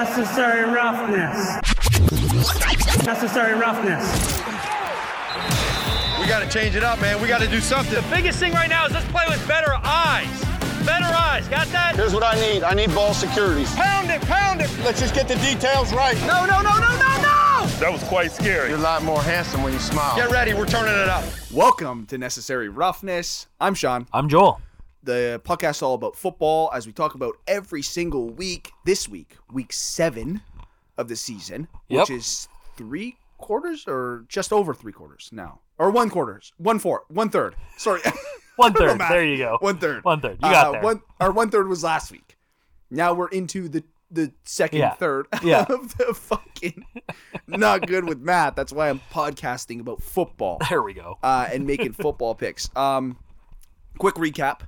Unnecessary roughness. Unnecessary roughness. We got to change it up, man. We got to do something. biggest thing right now is let's play with better eyes. Better eyes. Got that? Here's what I need. I need ball security. Pound it, pound it. Let's just get the details right. No, no, no, no, no, no. That was quite scary. You're a lot more handsome when you smile. Get ready. We're turning it up. Welcome to Necessary Roughness. I'm Sean. I'm Joel. The podcast all about football as we talk about every single week. This week, week seven of the season, Yep. which is three quarters or just over three quarters now, or one quarters, one fourth, one third. Sorry, One No third. matter. There you go. One third. One third. You got uh, there. One, our one third was last week. Now we're into the the second Yeah. third Yeah. of the fucking not good with math. That's why I'm podcasting about football There we go. uh, and making football picks. Um, quick recap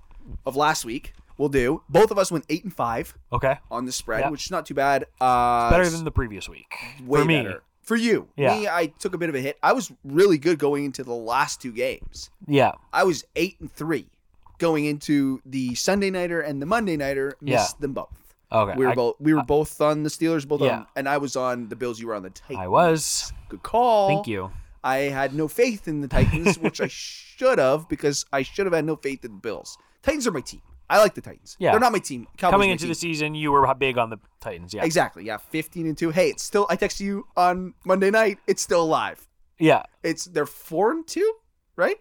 of last week. We'll do. Both of us went eight and five Okay. on the spread, Yeah. which is not too bad. Uh, Better than the previous week. way for me. better. For you, Yeah. me, I took a bit of a hit. I was really good going into the last two games. Yeah. I was eight and three going into the Sunday nighter and the Monday nighter. Yeah. Missed them both. Okay. We were I, both we were both on the Steelers, both Yeah. on, and I was on the Bills. You were on the Titans. I was. Good call. Thank you. I had no faith in the Titans, which I should have because I should have had no faith in the Bills. Titans are my team. I like the Titans. Yeah. They're not my team. Cowboys Coming my into team. the season, you were big on the Titans. Yeah. Exactly. Yeah, 15 and 2. Hey, it's still I texted you on Monday night. It's still alive. Yeah. It's they're 4 and 2, right?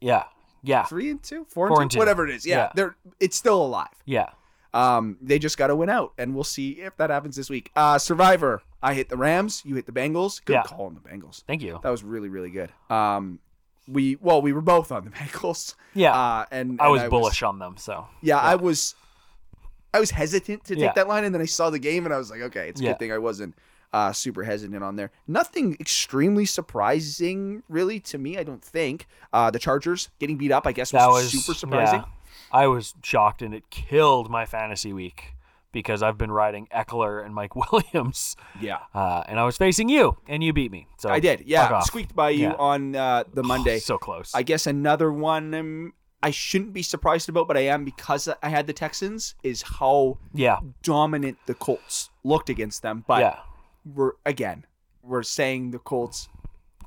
Yeah. Yeah. 3 and 2, 4, Four and and 2, two. whatever it is. Yeah, Yeah. They're it's still alive. Yeah. Um they just got to win out and we'll see if that happens this week. Uh Survivor. I hit the Rams, you hit the Bengals. Good Yeah. call on the Bengals. Thank you. That was really really good. Um, we well we were both on the Bengals. Yeah. Uh, and, I and was bullish on them. So. yeah, I was. I was hesitant to take Yeah. that line, and then I saw the game, and I was like, okay, it's a Yeah. good thing I wasn't uh, super hesitant on there. Nothing extremely surprising, really, to me. I don't think uh, the Chargers getting beat up, I guess, was, That was super surprising. yeah. I was shocked, and it killed my fantasy week because I've been riding Eckler and Mike Williams, Yeah, uh, and I was facing you, and you beat me. So I did. fuck Yeah, off. squeaked by you Yeah. on uh, the Monday. So close. I guess another one um, I shouldn't be surprised about, but I am because I had the Texans. Is how yeah. dominant the Colts looked against them. But Yeah. we're again, we're saying the Colts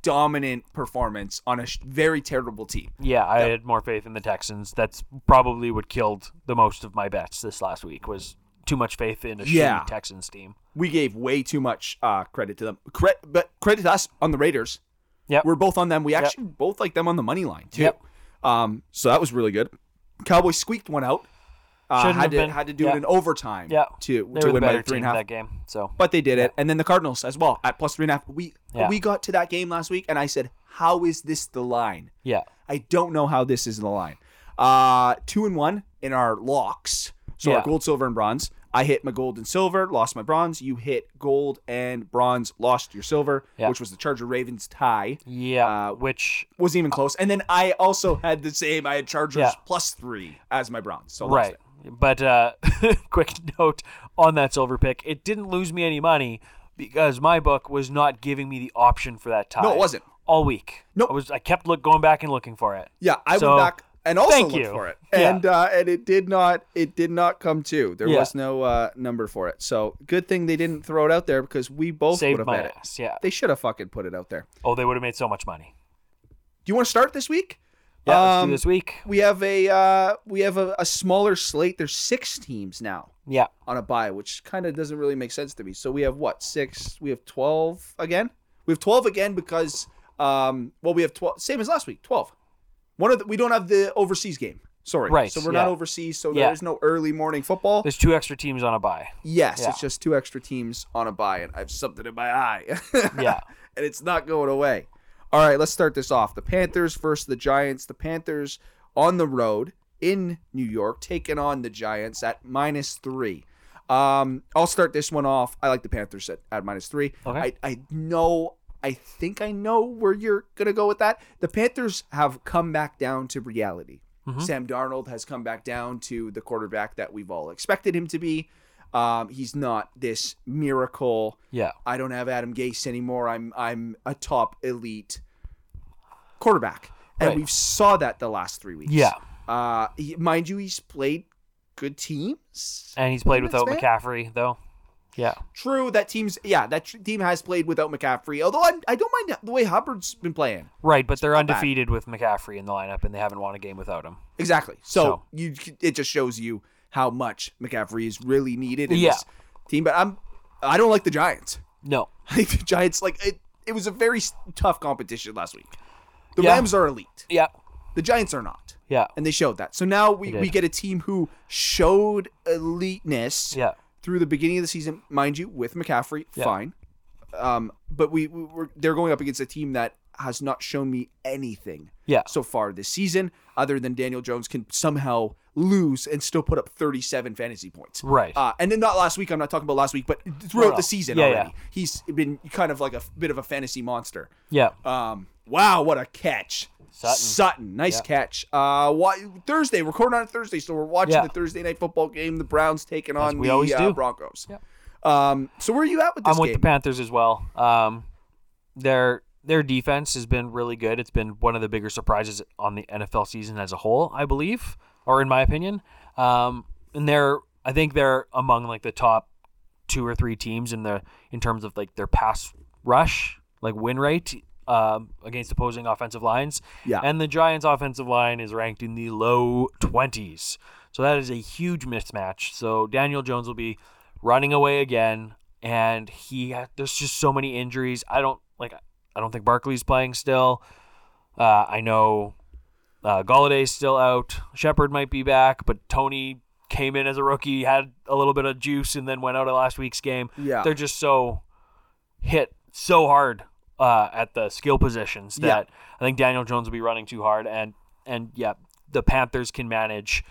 dominant performance on a sh- very terrible team. Yeah, I had more faith in the Texans. That's probably what killed the most of my bets this last week was too much faith in a Yeah. shitty Texans team. We gave way too much uh, credit to them, Cre- but credit to us on the Raiders. Yeah. We're both on them. We actually both like them on the money line too. Yep. Um, so that was really good. Cowboys squeaked one out. Uh, Shouldn't had have to been. had to do Yeah. it in overtime. Yeah. To they to were the win better by three team and a half. that game. So but they did it. And then the Cardinals as well at plus three and a half. We Yeah. we got to that game last week, and I said, "How is this the line? yeah. I don't know how this is the line." Uh two and one in our locks, so our Yeah. gold, silver, and bronze. I hit my gold and silver, lost my bronze. You hit gold and bronze, lost your silver, Yeah. which was the Charger Ravens tie. Yeah. Uh, which Wasn't even close. And then I also had the same. I had Chargers Yeah. plus three as my bronze. So lost right. it. But uh quick note on that silver pick, it didn't lose me any money because my book was not giving me the option for that tie. No, it wasn't. All week. Nope. I was I kept look going back and looking for it. Yeah, I So, went back and also thank looked you. for it, Yeah. and uh, and it did not it did not come to. There Yeah. was no uh, number for it, so good thing they didn't throw it out there because we both would Saved have my bet it. ass. Yeah. They should have fucking put it out there. Oh, they would have made so much money. Do you want to start this week? Yeah, let's Um, do this week. We have a uh, we have a, a smaller slate. There's six teams now Yeah. on a bye, which kind of doesn't really make sense to me. So we have what six? We have twelve again. We have twelve again because um, well, we have twelve same as last week. Twelve. One of the, we don't have the overseas game. Sorry, Right, So we're yeah. not overseas, so Yeah. there is no early morning football. There's two extra teams on a bye. yes, yeah. it's just two extra teams on a bye, and I have something in my eye. Yeah. and it's not going away. All right, let's start this off. The Panthers versus the Giants. The Panthers on the road in New York, taking on the Giants at minus three. Um, I'll start this one off. I like the Panthers at, at minus three. Okay. I, I know, I think I know where you're going to go with that. The Panthers have come back down to reality. Sam Darnold has come back down to the quarterback that we've all expected him to be. Um, he's not this miracle. Yeah. I don't have Adam Gase anymore. I'm I'm a top elite quarterback, and Right. we've saw that the last three weeks. Yeah. Uh, he- mind you, he's played good teams. And he's played That's without fair. McCaffrey, though. Yeah. True, that team's yeah, that tr- team has played without McCaffrey. Although I'm, I don't mind the way Hubbard's been playing. Right, but they're undefeated with McCaffrey in the lineup, and they haven't won a game without him. Exactly. So, So- you it just shows you how much McCaffrey is really needed in Yeah. this team. But I'm I don't like the Giants. No. I think the Giants like it. It was a very s- tough competition last week. The Yeah. Rams are elite. Yeah. The Giants are not. Yeah. And they showed that. So now we, They we did. get a team who showed eliteness Yeah. through the beginning of the season, mind you, with McCaffrey, Yeah. fine. Um, but we, we were, they're going up against a team that has not shown me anything Yeah. so far this season, other than Daniel Jones can somehow lose and still put up 37 fantasy points. Right. Uh, and then not last week. I'm not talking about last week, but throughout no. the season Yeah, already, yeah. he's been kind of like a f- bit of a fantasy monster. Yeah. Um, wow, what a catch. Sutton. nice Yeah. catch. Uh, why, Thursday, we're recording on Thursday, so we're watching Yeah. the Thursday night football game. The Browns taking on we the always uh, do. Broncos. Um, so where are you at with this I'm with game? the Panthers as well. Um, their their defense has been really good. It's been one of the bigger surprises on the NFL season as a whole, I believe, or in my opinion. Um, and they're I think they're among like the top two or three teams in the in terms of like their pass rush, like win rate um, against opposing offensive lines. Yeah. And the Giants' offensive line is ranked in the low twenties, so that is a huge mismatch. So Daniel Jones will be running away again, and he ha- there's just so many injuries. I don't like. I don't think Barkley's playing still. Uh, I know uh, Galladay's still out. Shepard might be back, but Tony came in as a rookie, had a little bit of juice, and then went out at last week's game. Yeah. they're just so hit so hard uh, at the skill positions Yeah. that I think Daniel Jones will be running too hard, and and yeah, the Panthers can manage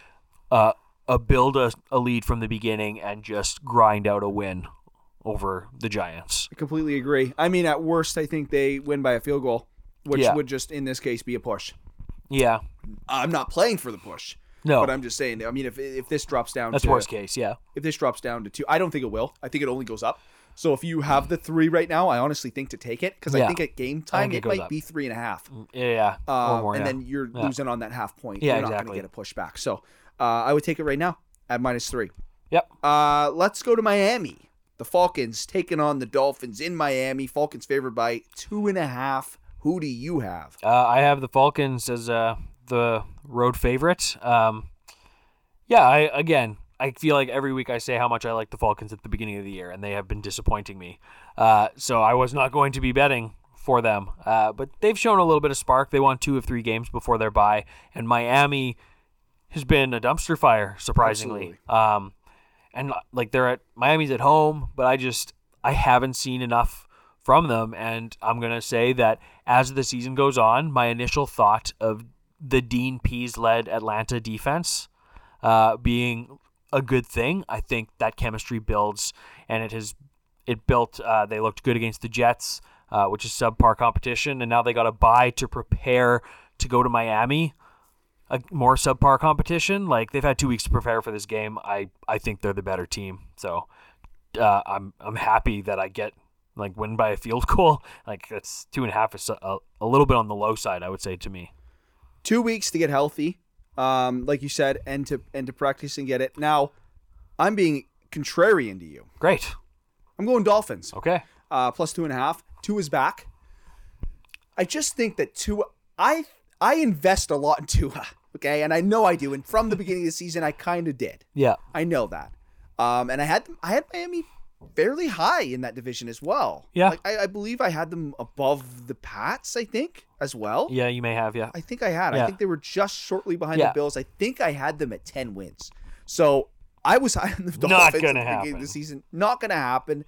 uh, a build a, a lead from the beginning and just grind out a win over the Giants. I completely agree. I mean, at worst, I think they win by a field goal, which Yeah. would just, in this case, be a push. Yeah, I'm not playing for the push. No. But I'm just saying, I mean, if, if this drops down Oh. that's to worst case. Yeah, if this drops down to two, I don't think it will. I think it only goes up. So if you have the three right now, I honestly think to take it because I Yeah. think at game time it it goes might up. be three and a half. yeah, yeah. Um, Or more, and yeah. then you're losing on that half point. Yeah, you're not exactly. going to get a pushback. So uh, I would take it right now at minus three. yep. Uh, let's go to Miami. The Falcons taking on the Dolphins in Miami. Falcons favored by two and a half. Who do you have? Uh, I have the Falcons as uh, the road favorite. Um, yeah, I again, I feel like every week I say how much I like the Falcons at the beginning of the year, and they have been disappointing me. Uh, so I was not going to be betting for them, uh, but they've shown a little bit of spark. They won two of three games before their bye, and Miami has been a dumpster fire, surprisingly. Um, and like they're at Miami's at home, but I just I haven't seen enough from them, and I'm gonna say that as the season goes on, my initial thought of the Dean Pease led Atlanta defense uh, being a good thing, I think that chemistry builds, and it has it built. Uh, they looked good against the Jets, uh, which is subpar competition, and now they got a bye to prepare to go to Miami a more subpar competition. Like they've had two weeks to prepare for this game. I I think they're the better team. So uh, I'm I'm happy that I get like win by a field goal. Like that's two and a half is a, a little bit on the low side, I would say to me. Two weeks to get healthy, um, like you said, and to and to practice and get it. Now, I'm being contrarian to you. Great. I'm going Dolphins. Okay. uh, plus two and a half. Two is back. I just think that two. I I invest a lot in Tua. Okay, and I know I do. And from the beginning of the season, I kind of did. Yeah. I know that. Um, and I had them, I had Miami fairly high in that division as well. Yeah. like, I, I believe I had them above the Pats. I think as well. Yeah, you may have. Yeah. I think I had. I Yeah. think they were just shortly behind Yeah. the Bills. I think I had them at ten wins. So I was high on the Dolphins Not at the gonna beginning of happen. the season. Not going to happen.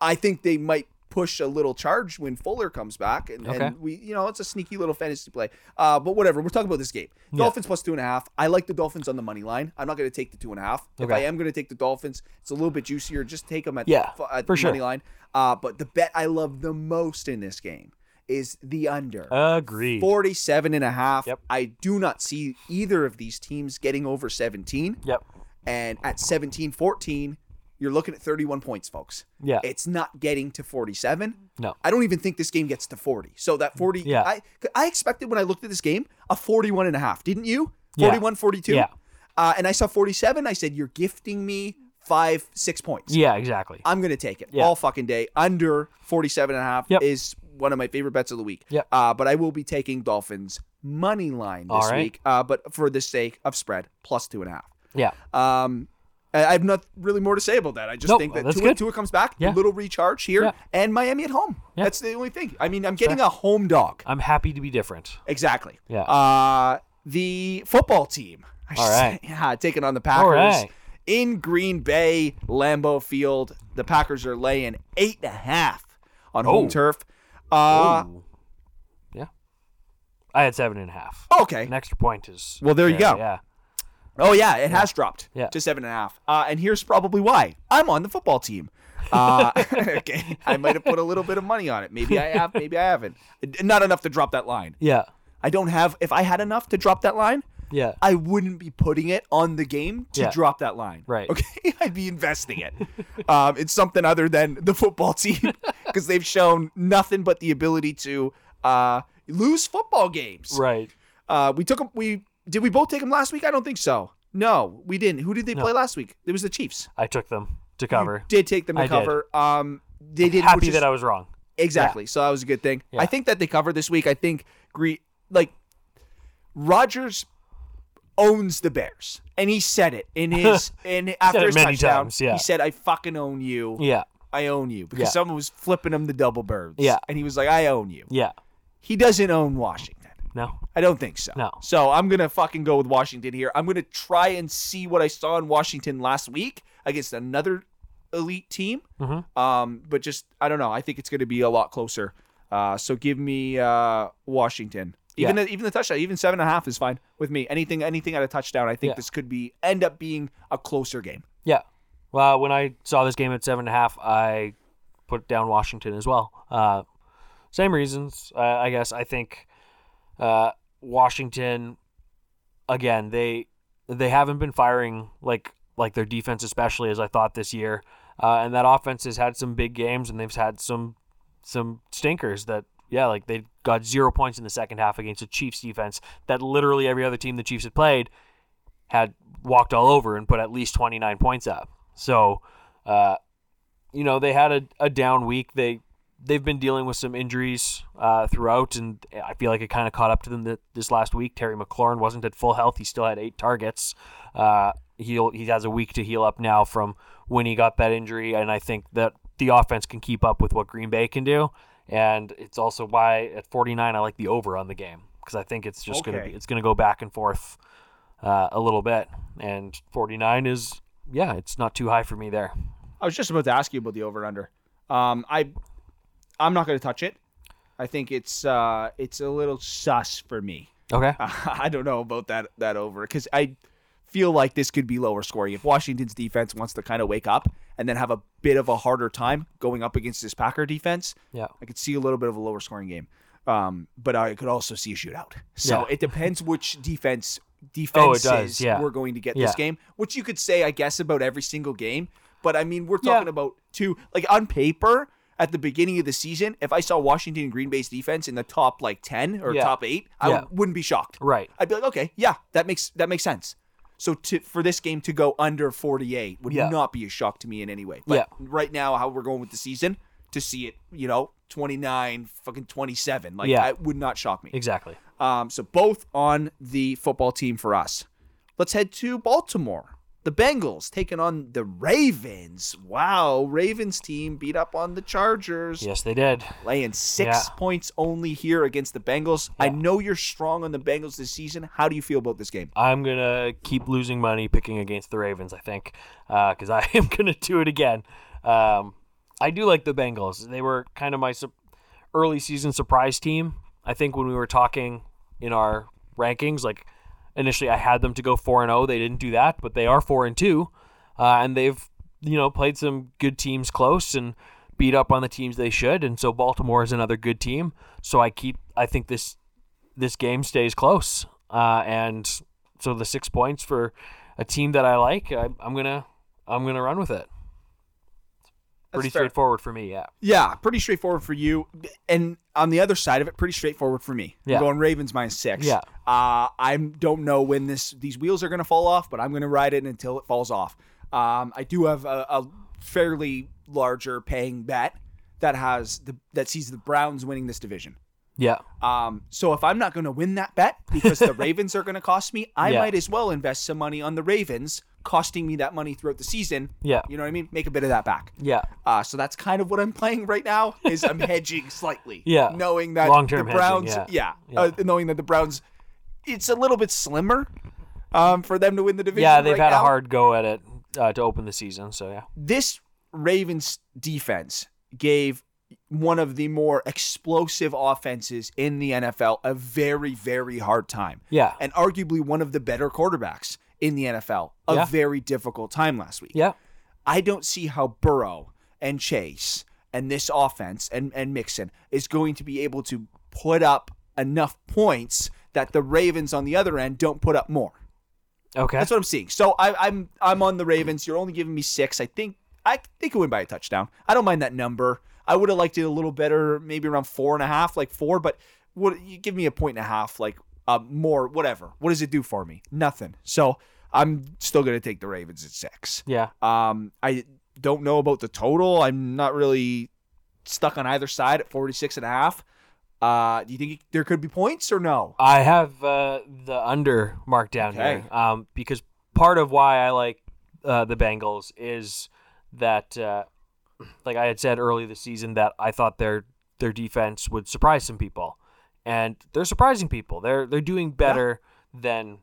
I think they might push a little charge when Fuller comes back, and, Okay. and we, you know, it's a sneaky little fantasy play. Uh, but whatever. We're talking about this game. Dolphins plus two and a half. I like the Dolphins on the money line. I'm not going to take the two and a half. If Okay. I am going to take the Dolphins, it's a little bit juicier. Just take them at Yeah, the, fu- at for the sure. money line. Uh, but the bet I love the most in this game is the under. Oh, Agreed. 47 and a half. Yep. I do not see either of these teams getting over 17. Yep. And at 17 14, you're looking at 31 points, folks. Yeah. It's not getting to 47. No. I don't even think this game gets to 40. So that 40, Yeah. I, I expected when I looked at this game a 41 and a half, didn't you? Yeah. 41, 42. Yeah. Uh, and I saw 47. I said, You're gifting me five, six points. Yeah, exactly. I'm going to take it Yeah. all fucking day. Under 47 and a half Yep. is one of my favorite bets of the week. Yep. Uh, but I will be taking Dolphins money line All this right. week. Uh, but for the sake of spread, plus two and a half. Yeah. Um, I I have not really more to say about that. I just Nope, think that that's Tua, good. Tua comes back, a Yeah. little recharge here, Yeah. and Miami at home. Yeah. That's the only thing. I mean, I'm getting a home dog. I'm happy to be different. Exactly. Yeah. Uh, the football team. I should All right. say. yeah, taking on the Packers right. in Green Bay, Lambeau Field. The Packers are laying eight and a half on home Oh. turf. Uh, Ooh. yeah. I had seven and a half. okay. An extra point is. Well, there you go. Yeah. Oh yeah, it has dropped Yeah. to seven and a half. Uh, and here's probably why. I'm on the football team. Uh, okay, I might have put a little bit of money on it. Maybe I have. Maybe I haven't. Not enough to drop that line. Yeah. I don't have. If I had enough to drop that line, Yeah. I wouldn't be putting it on the game to Yeah. drop that line. Right. Okay. I'd be investing it. um, it's something other than the football team because they've shown nothing but the ability to uh, lose football games. right. Uh, we took them. We did. We both take them last week. I don't think so. No, we didn't. Who did they play last week? It was the Chiefs. I took them to cover. Did take them to I did. cover. Um, they did. Happy which is- that I was wrong. Exactly. So that was a good thing. Yeah. I think that they cover this week. I think Gre like Rogers owns the Bears, and he said it in his in after it his many touchdown. times, yeah. He said, "I fucking own you. Yeah. I own you," because Yeah. someone was flipping him the double birds. Yeah. and he was like, "I own you." Yeah. He doesn't own Washington. No. I don't think so. No. So I'm gonna fucking go with Washington here. I'm gonna try and see what I saw in Washington last week against another elite team. Mm-hmm. Um, but just I don't know. I think it's gonna be a lot closer. Uh, so give me uh Washington. Even Yeah. the, even the touchdown, even seven and a half is fine with me. Anything anything at a touchdown, I think Yeah. this could be end up being a closer game. Yeah. Well, when I saw this game at seven and a half, I put down Washington as well. Uh, same reasons, uh, I guess. I think uh, Washington, again, they they haven't been firing like like their defense, especially as I thought this year. Uh, and that offense has had some big games, and they've had some some stinkers that yeah, like they got zero points in the second half against the Chiefs defense that literally every other team the Chiefs had played had walked all over and put at least 29 points up. So, uh, you know, they had a, a down week. They they've been dealing with some injuries uh, throughout, and I feel like it kind of caught up to them th- this last week. Terry McLaurin wasn't at full health; he still had eight targets. Uh, he'll he has a week to heal up now from when he got that injury, and I think that the offense can keep up with what Green Bay can do. And it's also why at 49 I like the over on the game because I think it's just gonna Okay. be it's gonna go back and forth uh, a little bit, and 49 is yeah, it's not too high for me there. I was just about to ask you about the over and under. Um, I I'm not gonna touch it. I think it's uh it's a little sus for me. Okay. I don't know about that that over because I feel like this could be lower scoring if Washington's defense wants to kind of wake up and then have a bit of a harder time going up against this Packer defense. Yeah. I could see a little bit of a lower scoring game, um, but I could also see a shootout. So Yeah. it depends which defense Oh, it defenses does, yeah. we're going to get Yeah. this game, which you could say I guess about every single game. But I mean, we're Yeah. talking about two like on paper. At the beginning of the season, if I saw Washington and Green Bay's defense in the top like ten or Yeah. top eight, I Yeah. would, wouldn't be shocked. Right. I'd be like, okay, yeah, that makes that makes sense. So to, for this game to go under 48 would Yeah. not be a shock to me in any way. But Yeah. right now, how we're going with the season, to see it, you know, 29, fucking 27, like Yeah. that would not shock me. Exactly. Um, so both on the football team for us. Let's head to Baltimore. The Bengals taking on the Ravens. Wow, Ravens team beat up on the Chargers Yes, they did. laying six Yeah. points only here against the Bengals. I know you're strong on the Bengals this season. How do you feel about this game? I'm gonna keep losing money picking against the Ravens. I think because I am gonna do it again. Um, I do like the Bengals. They were kind of my su- early season surprise team. I think when we were talking in our rankings, like initially I had them to go four and zero. They didn't do that, but they are four and two, uh, and they've you know played some good teams close and beat up on the teams they should. And so Baltimore is another good team. So I keep I think this this game stays close. Uh, and so the six points for a team that I like, I, I'm gonna I'm gonna run with it. Pretty fair. straightforward for me, yeah. Yeah, pretty straightforward for you. And on the other side of it, pretty straightforward for me. Yeah. I'm going Ravens minus six. Yeah. Uh, I don't know when this these wheels are going to fall off, but I'm going to ride it until it falls off. Um, I do have a, a fairly larger paying bet that has the that sees the Browns winning this division. Yeah. Um, so if I'm not going to win that bet because the Ravens are going to cost me, I Yeah. might as well invest some money on the Ravens, costing me that money throughout the season. Yeah. You know what I mean? Make a bit of that back. Yeah. Uh, so that's kind of what I'm playing right now. Is I'm hedging slightly. Yeah. Knowing that Long-term the hedging, Browns. yeah. yeah. Yeah. Uh, knowing that the Browns, it's a little bit slimmer. Um, for them to win the division. Yeah, they've right had now. a hard go at it uh, to open the season. So yeah. This Ravens defense gave one of the more explosive offenses in the NFL a very, very hard time Yeah. and arguably one of the better quarterbacks in the NFL. A Yeah. very difficult time last week. yeah. I don't see how Burrow and Chase and this offense and, and Mixon is going to be able to put up enough points that the Ravens on the other end don't put up more. Okay. That's what I'm seeing. So I, I'm I'm on the Ravens. You're only giving me six. I think I think it win by a touchdown. I don't mind that number. I would have liked it a little better, maybe around four and a half, like four. But what you give me a point and a half, like uh, more, whatever. What does it do for me? Nothing. So I'm still gonna take the Ravens at six. yeah. Um, I don't know about the total. I'm not really stuck on either side at 46 and a half. Uh, do you think there could be points or no? I have uh, the under marked down Okay. here um, because part of why I like uh, the Bengals is that, uh, like I had said early this season, that I thought their their defense would surprise some people, and they're surprising people. They're they're doing better than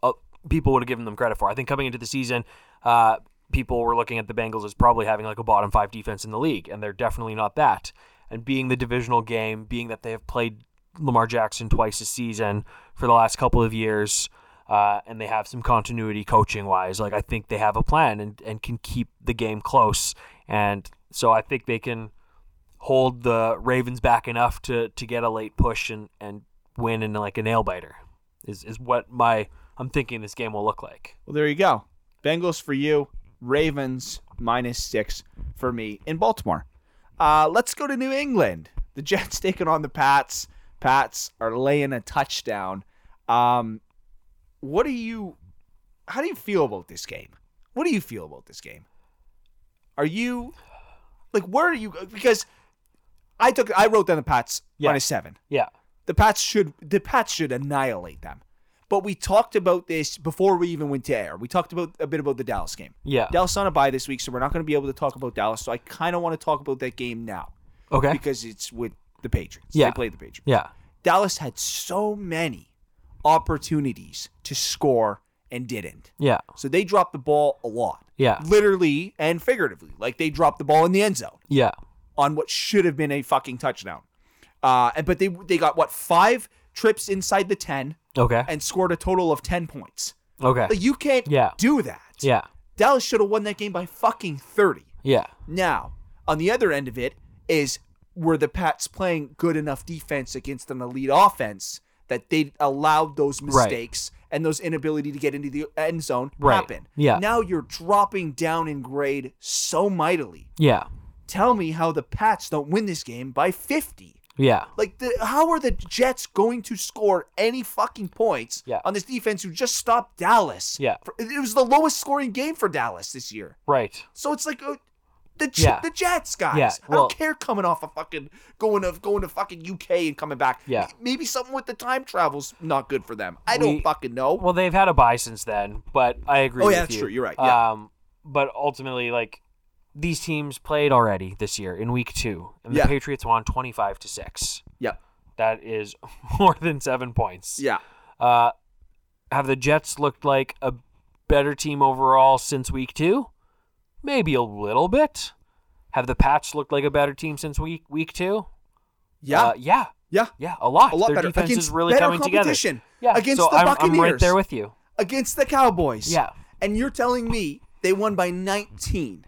uh, people would have given them credit for. I think coming into the season, uh, people were looking at the Bengals as probably having like a bottom five defense in the league, and they're definitely not that. And being the divisional game, being that they have played Lamar Jackson twice a season for the last couple of years, uh, and they have some continuity coaching wise, like I think they have a plan and, and can keep the game close. And so I think they can hold the Ravens back enough to, to get a late push and, and win in like a nail biter is, is what my I'm thinking this game will look like. Well, there you go. Bengals for you, Ravens minus six for me in Baltimore. Uh, let's go to New England. The Jets taking on the Pats. Pats are laying a touchdown. Um, what do you? How do you feel about this game? What do you feel about this game? Are you like where are you? Because I took I wrote down the Pats Yeah. minus seven. Yeah. The Pats should the Pats should annihilate them. But we talked about this before we even went to air. We talked about a bit about the Dallas game. Yeah. Dallas on a bye this week, so we're not going to be able to talk about Dallas. So I kind of want to talk about that game now Okay. because it's with the Patriots. Eh. Yeah. They played the Patriots. yeah. Dallas had so many opportunities to score and didn't. Yeah. So they dropped the ball a lot. Yeah. Literally and figuratively. Like they dropped the ball in the end zone Yeah. on what should have been a fucking touchdown. Uh, and but they they got what five trips inside the ten Okay. and scored a total of ten points. okay. Like you can't Yeah. do that. yeah. Dallas should have won that game by fucking thirty. Yeah. Now on the other end of it is were the Pats playing good enough defense against an elite offense that they allowed those mistakes and those inability to get into the end zone Right. happen. Yeah. Now you're dropping down in grade so mightily. Yeah. Tell me how the Pats don't win this game by fifty. Yeah. Like, the, how are the Jets going to score any fucking points Yeah. on this defense who just stopped Dallas? Yeah. For- it was the lowest scoring game for Dallas this year. Right. So it's like uh, the J- Yeah. the Jets guys. Yeah, I well- don't care coming off a fucking going of going to fucking UK and coming back. Yeah. Maybe something with the time travel's not good for them. I don't We- fucking know. Well, they've had a bye since then, but I agree. Oh, with yeah, that's you. true. You're right. Yeah. Um, but ultimately, like these teams played already this year in week two, and the Yeah. Patriots won twenty five to six. yeah. That is more than seven points. Yeah. Uh, have the Jets looked like a better team overall since week two? Maybe a little bit. Have the Pats looked like a better team since week week two? Yeah. Uh, yeah. yeah. Yeah. A lot. A lot Their better defense against is really better coming together. competition. Yeah. Against so the I'm, I'm right Buccaneers. there with you. Against the Cowboys. Yeah. And you're telling me they won by 19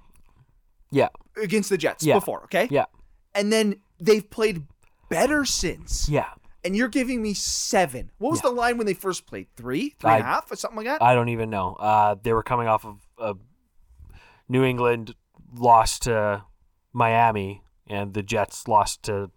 Yeah. against the Jets Yeah. before, okay? Yeah. and then they've played better since. Yeah. And you're giving me seven. What was Yeah. the line when they first played? Three, three and a half, I- or something like that? I don't even know. Uh, they were coming off of a New England lost to Miami, and the Jets lost to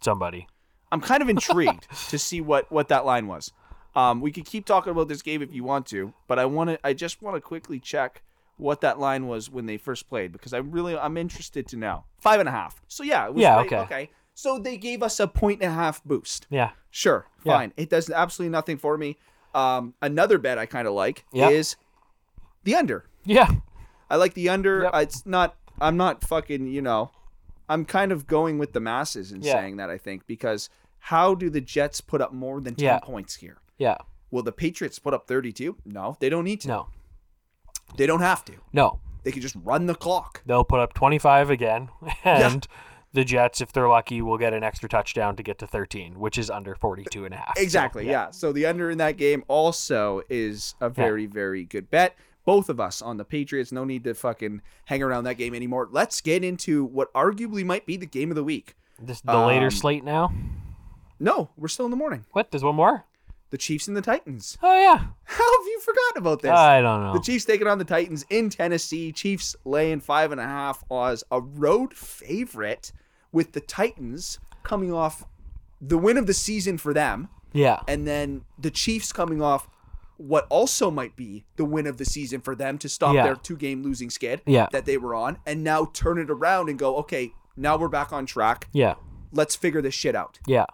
somebody. I'm kind of intrigued to see what what that line was. Um, we could keep talking about this game if you want to, but I want to. I just want to quickly check what that line was when they first played because I really I'm interested to know. Five and a half. So yeah, it was Yeah, right- okay. okay. So they gave us a point and a half boost. Yeah. Sure, Yeah. fine. It does absolutely nothing for me. Um, another bet I kind of like Yeah. is the under. Yeah. I like the under. Yep. It's not. I'm not fucking. You know, I'm kind of going with the masses in Yeah. saying that. I think because how do the Jets put up more than ten Yeah. points here? Yeah. Will the Patriots put up 32? No, they don't need to. No. They don't have to. No. They can just run the clock. They'll put up 25 again, and the Jets, if they're lucky, will get an extra touchdown to get to 13, which is under 42 and a half. So, Exactly. yeah. So the under in that game also is a very, very good bet. Both of us on the Patriots. No need to fucking hang around that game anymore. Let's get into what arguably might be the game of the week. This the later slate now. No, we're still in the morning. What? There's one more. The Chiefs and the Titans. Oh yeah. How have you forgotten about this? I don't know. The Chiefs taking on the Titans in Tennessee. Chiefs laying five and a half as a road favorite, with the Titans coming off the win of the season for them, yeah. and then the Chiefs coming off what also might be the win of the season for them to stop Yeah. their two game losing skid Yeah. that they were on, and now turn it around and go, okay, now we're back on track. yeah. Let's figure this shit out. Yeah.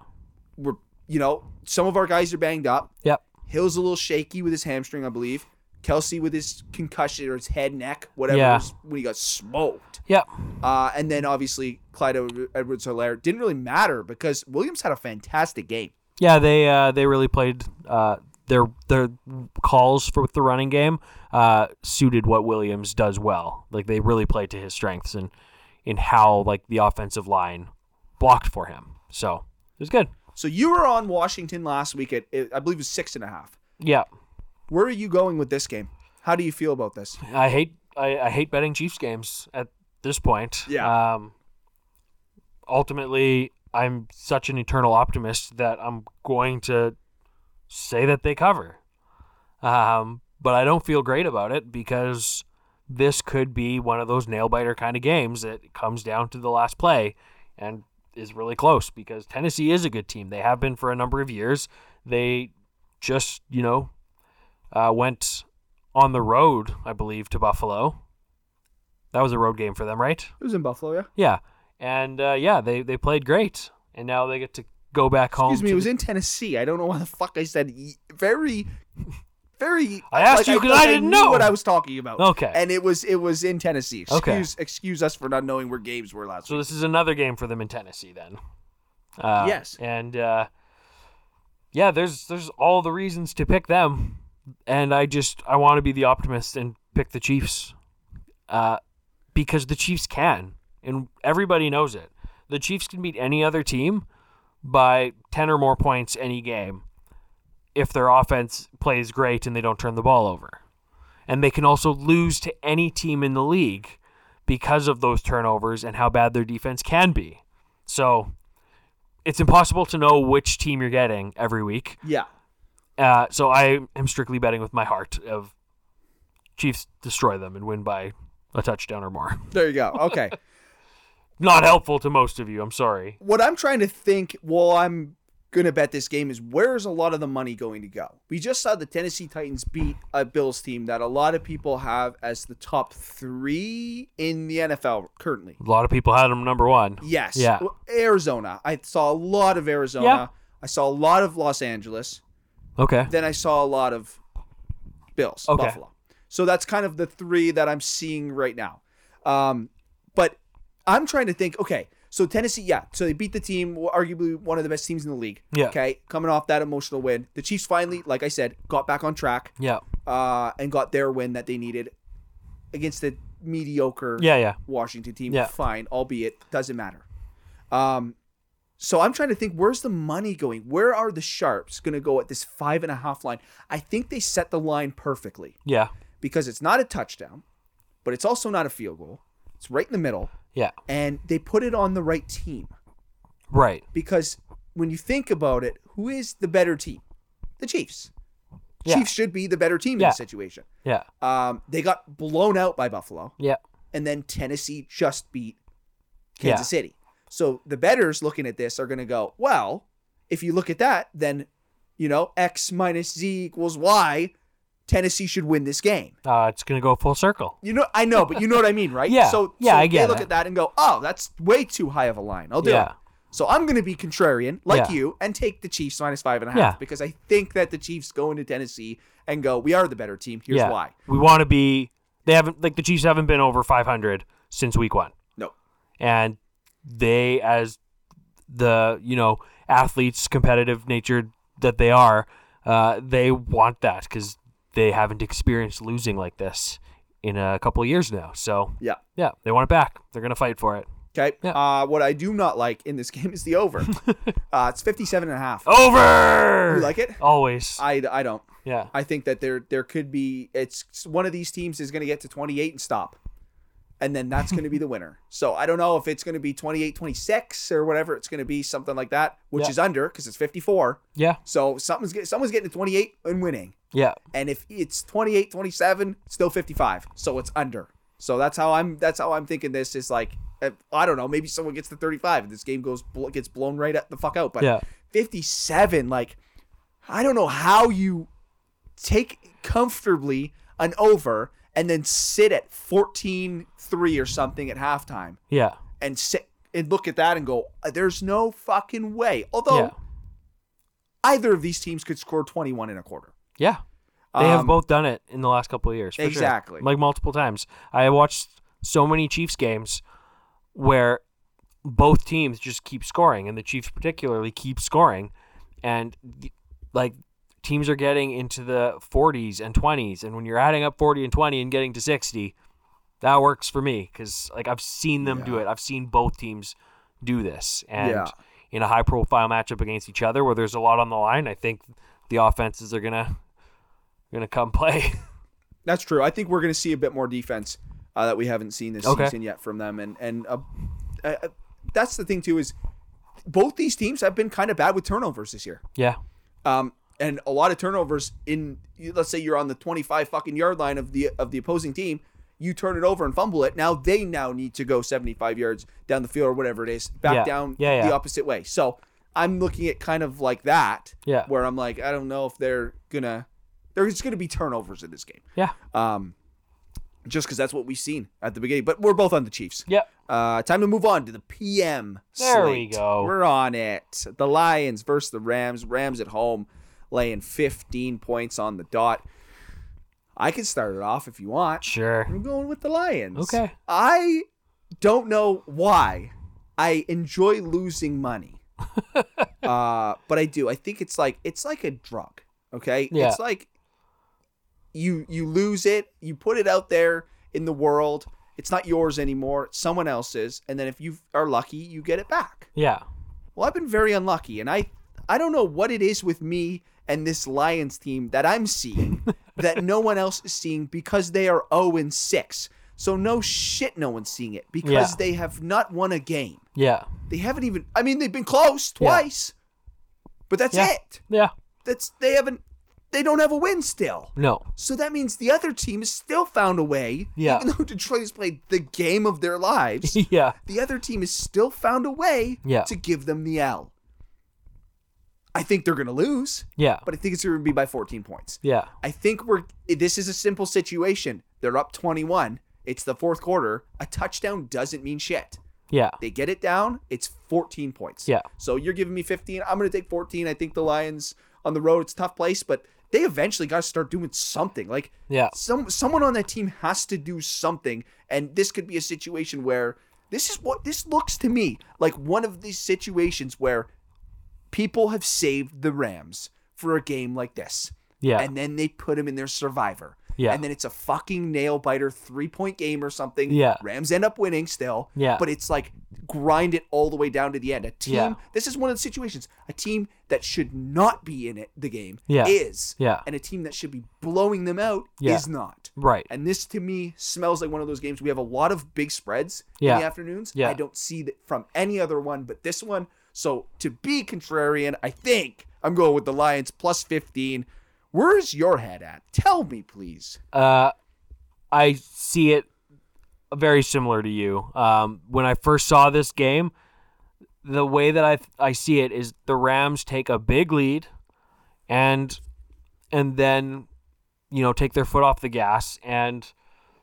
We're, you know, some of our guys are banged up. Yep. Hill's a little shaky with his hamstring, I believe. Kelsey with his concussion or his head, neck, whatever, Yeah. was- when he got smoked. Yep. Uh, and then obviously Clyde Edwards Hilaire didn't really matter because Williams had a fantastic game. Yeah. They uh, they really played uh, their their calls for with the running game uh, suited what Williams does well. Like they really played to his strengths and in how like the offensive line blocked for him. So it was good. So you were on Washington last week at, I believe it was six and a half. Yeah. Where are you going with this game? How do you feel about this? I hate I, I hate betting Chiefs games at this point. Yeah. Um, ultimately, I'm such an eternal optimist that I'm going to say that they cover. Um, but I don't feel great about it because this could be one of those nail biter kind of games that comes down to the last play and is really close because Tennessee is a good team. They have been for a number of years. They just, you know, uh, went on the road, I believe, to Buffalo. That was a road game for them, right? It was in Buffalo, yeah. Yeah, and uh, yeah, they they played great, and now they get to go back home. Excuse me, to it was the- in Tennessee. I don't know why the fuck I said e- very, very. I asked you 'cause I didn't knew know. what I was talking about. Okay. and it was it was in Tennessee. Excuse Okay. excuse us for not knowing where games were last so week. this is another game for them in Tennessee, then. Uh, Yes. and uh, yeah, there's there's all the reasons to pick them, and I just I want to be the optimist and pick the Chiefs, uh, because the Chiefs can, and everybody knows it. The Chiefs can beat any other team by ten or more points any game if their offense plays great and they don't turn the ball over, and they can also lose to any team in the league because of those turnovers and how bad their defense can be. So it's impossible to know which team you're getting every week. Yeah, Uh, so I am strictly betting with my heart of Chiefs destroy them and win by a touchdown or more. there you go. Okay, Not helpful to most of you. I'm sorry. what I'm trying to think while I'm gonna bet this game is where is a lot of the money going to go? We just saw the Tennessee Titans beat a Bills team that a lot of people have as the top three in the NFL currently. A lot of people had them number one. Yes. Yeah. Well, Arizona. I saw a lot of Arizona. Yeah. I saw a lot of Los Angeles. Okay. Then I saw a lot of Bills, Okay. Buffalo. So that's kind of the three that I'm seeing right now. Um, but I'm trying to think. Okay, so Tennessee, yeah. So they beat the team, arguably one of the best teams in the league. Yeah. Okay, coming off that emotional win, the Chiefs finally, like I said, got back on track Yeah. uh, and got their win that they needed against the mediocre Yeah. Yeah. Washington team. Yeah. Fine, albeit doesn't matter. Um, so I'm trying to think where's the money going? Where are the sharps going to go at this five and a half line? I think they set the line perfectly Yeah. because it's not a touchdown, but it's also not a field goal. It's right in the middle, Yeah. and they put it on the right team Right. because when you think about it, who is the better team? The Chiefs. Yeah. Chiefs should be the better team in Yeah. this situation. Yeah. Um, they got blown out by Buffalo Yeah. and then Tennessee just beat Yeah. Kansas City. So the betters looking at this are going to go, well, if you look at that, then you know X minus Z equals Y. Tennessee should win this game. Uh, it's going to go full circle. You know, I know, but you know what I mean, right? Yeah. So, Yeah, so I get they look it. at that and go, "Oh, that's way too high of a line." I'll do Yeah. it. So I'm going to be contrarian, like Yeah. you, and take the Chiefs minus five and a half Yeah. because I think that the Chiefs go into Tennessee and go, "We are the better team." Here's yeah. why. We want to be. They haven't like the Chiefs haven't been over 500 since week one, No. and they as the you know athletes, competitive nature that they are, uh, they want that because they haven't experienced losing like this in a couple of years now. So Yeah. yeah, they want it back. They're gonna fight for it. Okay. Yeah. Uh, what I do not like in this game is the over. uh, it's 57 and a half. Over. You like it? Always. I, I don't. yeah. I think that there there could be it's one of these teams is going to get to 28 and stop. And then that's going to be the winner. So I don't know if it's going to be 28 26 or whatever it's going to be something like that, which Yeah. is under cuz it's 54. yeah. So something's get, someone's getting to 28 and winning. Yeah. And if it's 28 27, still 55. So it's under. So that's how I'm that's how I'm thinking this is like if- I don't know, maybe someone gets to 35 and this game goes bl- gets blown right at the fuck out, but Yeah. 57 like I don't know how you take comfortably an over and then sit at 14 3 or something at halftime Yeah. and sit and look at that and go "Uh, there's no fucking way. Although Yeah. either of these teams could score 21 in a quarter. Yeah. They have Um, both done it in the last couple of years. for sure. Exactly. Like multiple times. I watched so many Chiefs games where both teams just keep scoring, and the Chiefs particularly keep scoring. And the- like teams are getting into the 40s and 20s. And when you're adding up 40 and 20 and getting to 60, that works for me because like I've seen them do it. I've seen both teams do this, and Yeah. in a high-profile matchup against each other where there's a lot on the line, I think the offenses are gonna gonna come play. That's true. I think we're going to see a bit more defense uh, that we haven't seen this Okay. season yet from them, and and uh, uh, uh, that's the thing too is both these teams have been kind of bad with turnovers this year, yeah, um, and a lot of turnovers in let's say you're on the 25 fucking yard line of the of the opposing team, you turn it over and fumble it. Now they now need to go 75 yards down the field or whatever it is, back Yeah. down Yeah, the yeah. opposite way. So I'm looking at kind of like that, Yeah. where I'm like I don't know if they're gonna there's going to be turnovers in this game yeah, um, just because that's what we've seen at the beginning. But we're both on the Chiefs. yeah. Uh, time to move on to the PM. There slate. we go. We're on it. The Lions versus the Rams. Rams at home, laying 15 points on the dot. I can start it off if you want. Sure. I'm going with the Lions. Okay. I don't know why I enjoy losing money. uh, but I do. I think it's like it's like a drug. Okay? Yeah. It's like you you lose it, you put it out there in the world. It's not yours anymore, it's someone else's, and then if you are lucky, you get it back. Yeah, Well, I've been very unlucky, and I I don't know what it is with me and this Lions team that I'm seeing that no one else is seeing because they are 0 and 6. So no shit no one's seeing it because Yeah. they have not won a game. yeah, They haven't even I mean they've been close twice. But that's Yeah. it. yeah. That's they haven't they don't have a win still. No, So that means the other team has still found a way. Yeah. Even though Detroit has played the game of their lives, yeah, the other team has still found a way Yeah. to give them the L. I think they're going to lose, yeah, but I think it's going to be by 14 points. yeah, I think we're this is a simple situation. They're up 21. It's the fourth quarter. A touchdown doesn't mean shit. yeah, They get it down. It's 14 points. Yeah. So you're giving me 15. I'm going to take 14. I think the Lions on the road, it's a tough place, but they eventually got to start doing something. Like Yeah. some someone on that team has to do something, and this could be a situation where this is what this looks to me like one of these situations where people have saved the Rams for a game like this. Yeah. And then they put him in their survivor. Yeah. And then it's a fucking nail biter three point game or something. Yeah. Rams end up winning still. Yeah. But it's like grind it all the way down to the end. A team. Yeah. This is one of the situations. A team that should not be in it. The game Yeah. is. Yeah. And a team that should be blowing them out Yeah. is not. right. And this to me smells like one of those games. We have a lot of big spreads Yeah. in the afternoons. Yeah. I don't see that from any other one but this one. So to be contrarian, I think I'm going with the Lions plus 15. Where's your head at? Tell me, please. Uh, I see it very similar to you. Um, when I first saw this game, the way that I I see it is the Rams take a big lead, and and then you know, take their foot off the gas and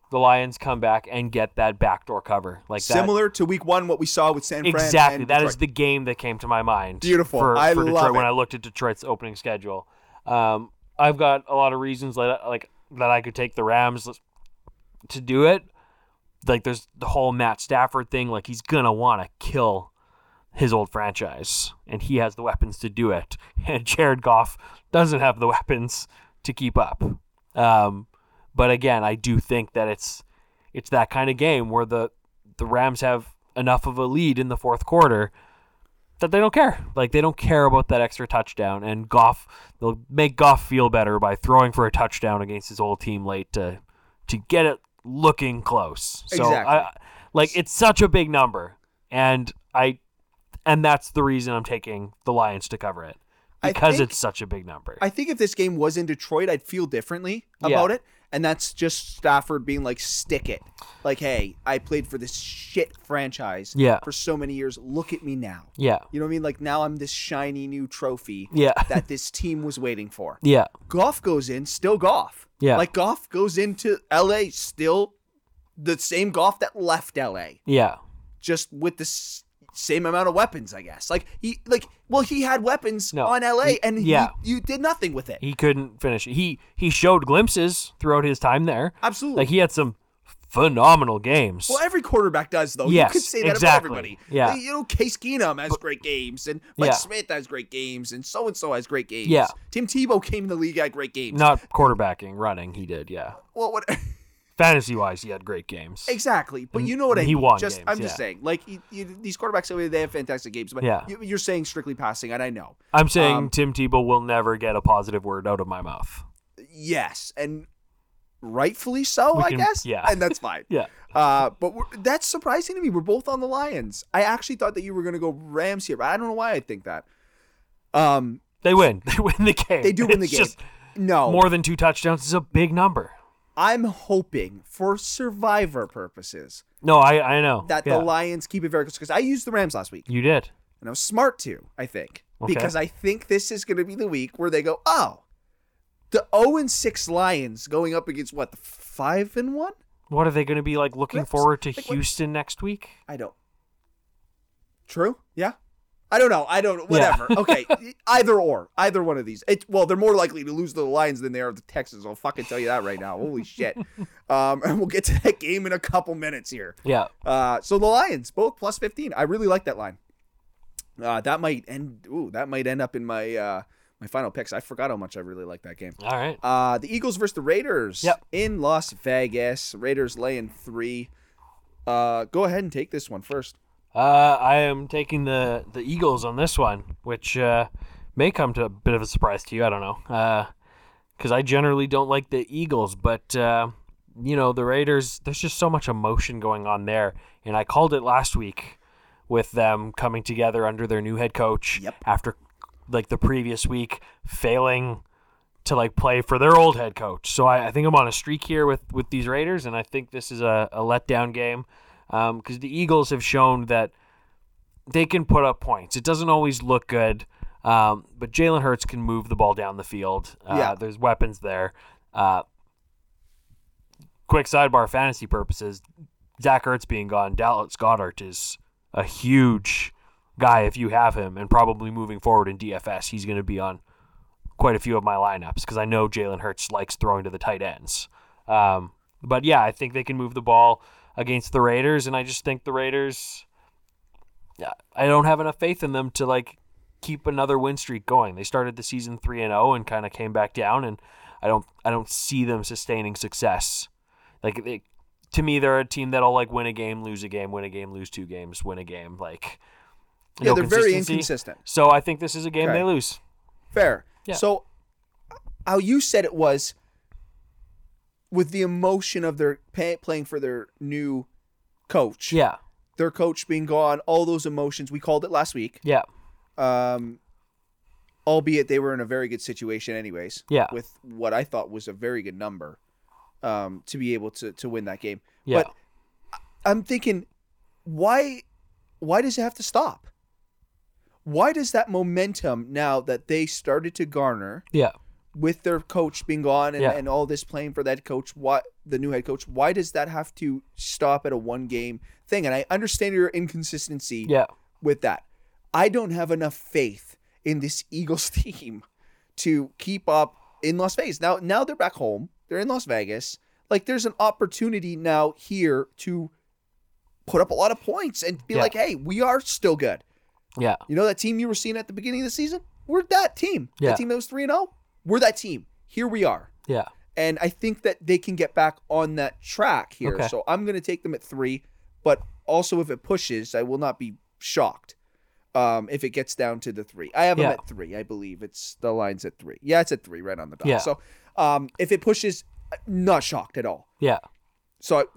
the Lions come back and get that backdoor cover. Like that. Similar to week one, what we saw with San Fran. Exactly. and That is Detroit. the game that came to my mind. Beautiful. For, I for Detroit love when it. I looked at Detroit's opening schedule. Um, I've got a lot of reasons that like that I could take the Rams to do it. Like there's the whole Matt Stafford thing. Like he's gonna want to kill his old franchise, and he has the weapons to do it. And Jared Goff doesn't have the weapons to keep up. Um, but again, I do think that it's it's that kind of game where the the Rams have enough of a lead in the fourth quarter that they don't care. Like they don't care about that extra touchdown and Goff they'll make Goff feel better by throwing for a touchdown against his old team late to to get it looking close. So I, Exactly. like it's such a big number and I and that's the reason I'm taking the Lions to cover it I because think- it's such a big number. I think if this game was in Detroit, I'd feel differently Yeah. about it. And that's just Stafford being like, stick it. Like, hey, I played for this shit franchise Yeah. for so many years. Look at me now. yeah. You know what I mean? Like, now I'm this shiny new trophy Yeah. that this team was waiting for. Yeah. Goff goes in, still Goff. Yeah. Like, Goff goes into LA, still the same Goff that left LA Yeah. just with the s- same amount of weapons, I guess. Like he, like well, he had weapons No. on LA, and he- yeah. you did nothing with it. he couldn't finish. it. He he showed glimpses throughout his time there. Absolutely. Like he had some phenomenal games. well, every quarterback does though. Yes, you could say that exactly. about everybody. Yeah. Like, you know, Case Keenum has great games, and Mike Yeah. Smith has great games, and so and so has great games. Yeah. Tim Tebow came in the league had great games. Not quarterbacking, running, he did, yeah. Well, what? Fantasy wise, he had great games. Exactly, but And you know what I he mean. won just, games, I'm just yeah. saying, like you, you, these quarterbacks, I mean, they have fantastic games, but Yeah. you, you're saying strictly passing, and I know. I'm saying Um, Tim Tebow will never get a positive word out of my mouth. Yes, and rightfully so, We I can- guess. yeah. and that's fine. Yeah. Uh, but we're, that's surprising to me. We're both on the Lions. I actually thought that you were going to go Rams here, but I don't know why I think that. Um, They win. They win the game. they do win the It's game. just no, more than two touchdowns is a big number. I'm hoping for survivor purposes No, I, I know. that Yeah. the Lions keep it very close because I used the Rams last week You did. and I was smart to, I think, Okay. because I think this is going to be the week where they go, oh, the 0 and 6 Lions going up against what, the 5 and 1? What are they going to be like looking Rams. forward to Like, what- Houston next week? I don't. True. Yeah. I don't know. I don't. Whatever. okay. Either or. Either one of these. It's well, they're more likely to lose to the Lions than they are the Texans. I'll fucking tell you that right now. Holy shit. Um, and we'll get to that game in a couple minutes here. Yeah. Uh, so the Lions both plus fifteen. I really like that line. Uh, that might end. Ooh, that might end up in my uh my final picks. I forgot how much I really like that game. All right. Uh, the Eagles versus the Raiders Yep. in Las Vegas. Raiders laying three. Uh, go ahead and take this one first. Uh, I am taking the the Eagles on this one, which uh, may come to a bit of a surprise to you. I don't know, because I generally don't like the Eagles, but uh, you know the Raiders. There's just so much emotion going on there, and I called it last week with them coming together under their new head coach Yep. after like the previous week failing to like play for their old head coach. So I, I think I'm on a streak here with with these Raiders, and I think this is a, a letdown game because the Eagles have shown that they can put up points. It doesn't always look good, um, but Jalen Hurts can move the ball down the field. Uh, Yeah. There's weapons there. Uh, quick sidebar, fantasy purposes, Zach Ertz being gone, Dallas Goddard is a huge guy if you have him, and probably moving forward in DFS, he's going to be on quite a few of my lineups because I know Jalen Hurts likes throwing to the tight ends. Um, but yeah, I think they can move the ball against the Raiders, and I just think the Raiders. Yeah, I don't have enough faith in them to like keep another win streak going. They started the season three and zero and kind of came back down, and I don't I don't see them sustaining success. Like they, to me, they're a team that'll like win a game, lose a game, win a game, lose two games, win a game. Like Yeah, no they're very consistency. inconsistent. So I think this is a game Okay. they lose. Fair. Yeah. So, how you said it was with the emotion of their pay, playing for their new coach, Yeah, their coach being gone, all those emotions. We called it last week. yeah, Um, albeit they were in a very good situation, anyways. Yeah. With what I thought was a very good number, um, to be able to to win that game. yeah. But I'm thinking, why, why does it have to stop? Why does that momentum now that they started to garner Yeah. with their coach being gone and, Yeah. and all this playing for that coach, what the new head coach, why does that have to stop at a one game thing? And I understand your inconsistency Yeah. with that. I don't have enough faith in this Eagles team to keep up in Las Vegas. Now now they're back home. They're in Las Vegas. Like there's an opportunity now here to put up a lot of points and be Yeah. like, "Hey, we are still good." Yeah. You know that team you were seeing at the beginning of the season? We're that team. Yeah. That team that was 3 and 0. We're that team. Here we are. Yeah. And I think that they can get back on that track here. Okay. So I'm going to take them at 3, but also if it pushes, I will not be shocked. Um, if it gets down to the three, I have Yeah. them at three. I believe it's the lines at three. Yeah, it's at three, right on the dot. Yeah. So, um, if it pushes, uh, not shocked at all. Yeah. So,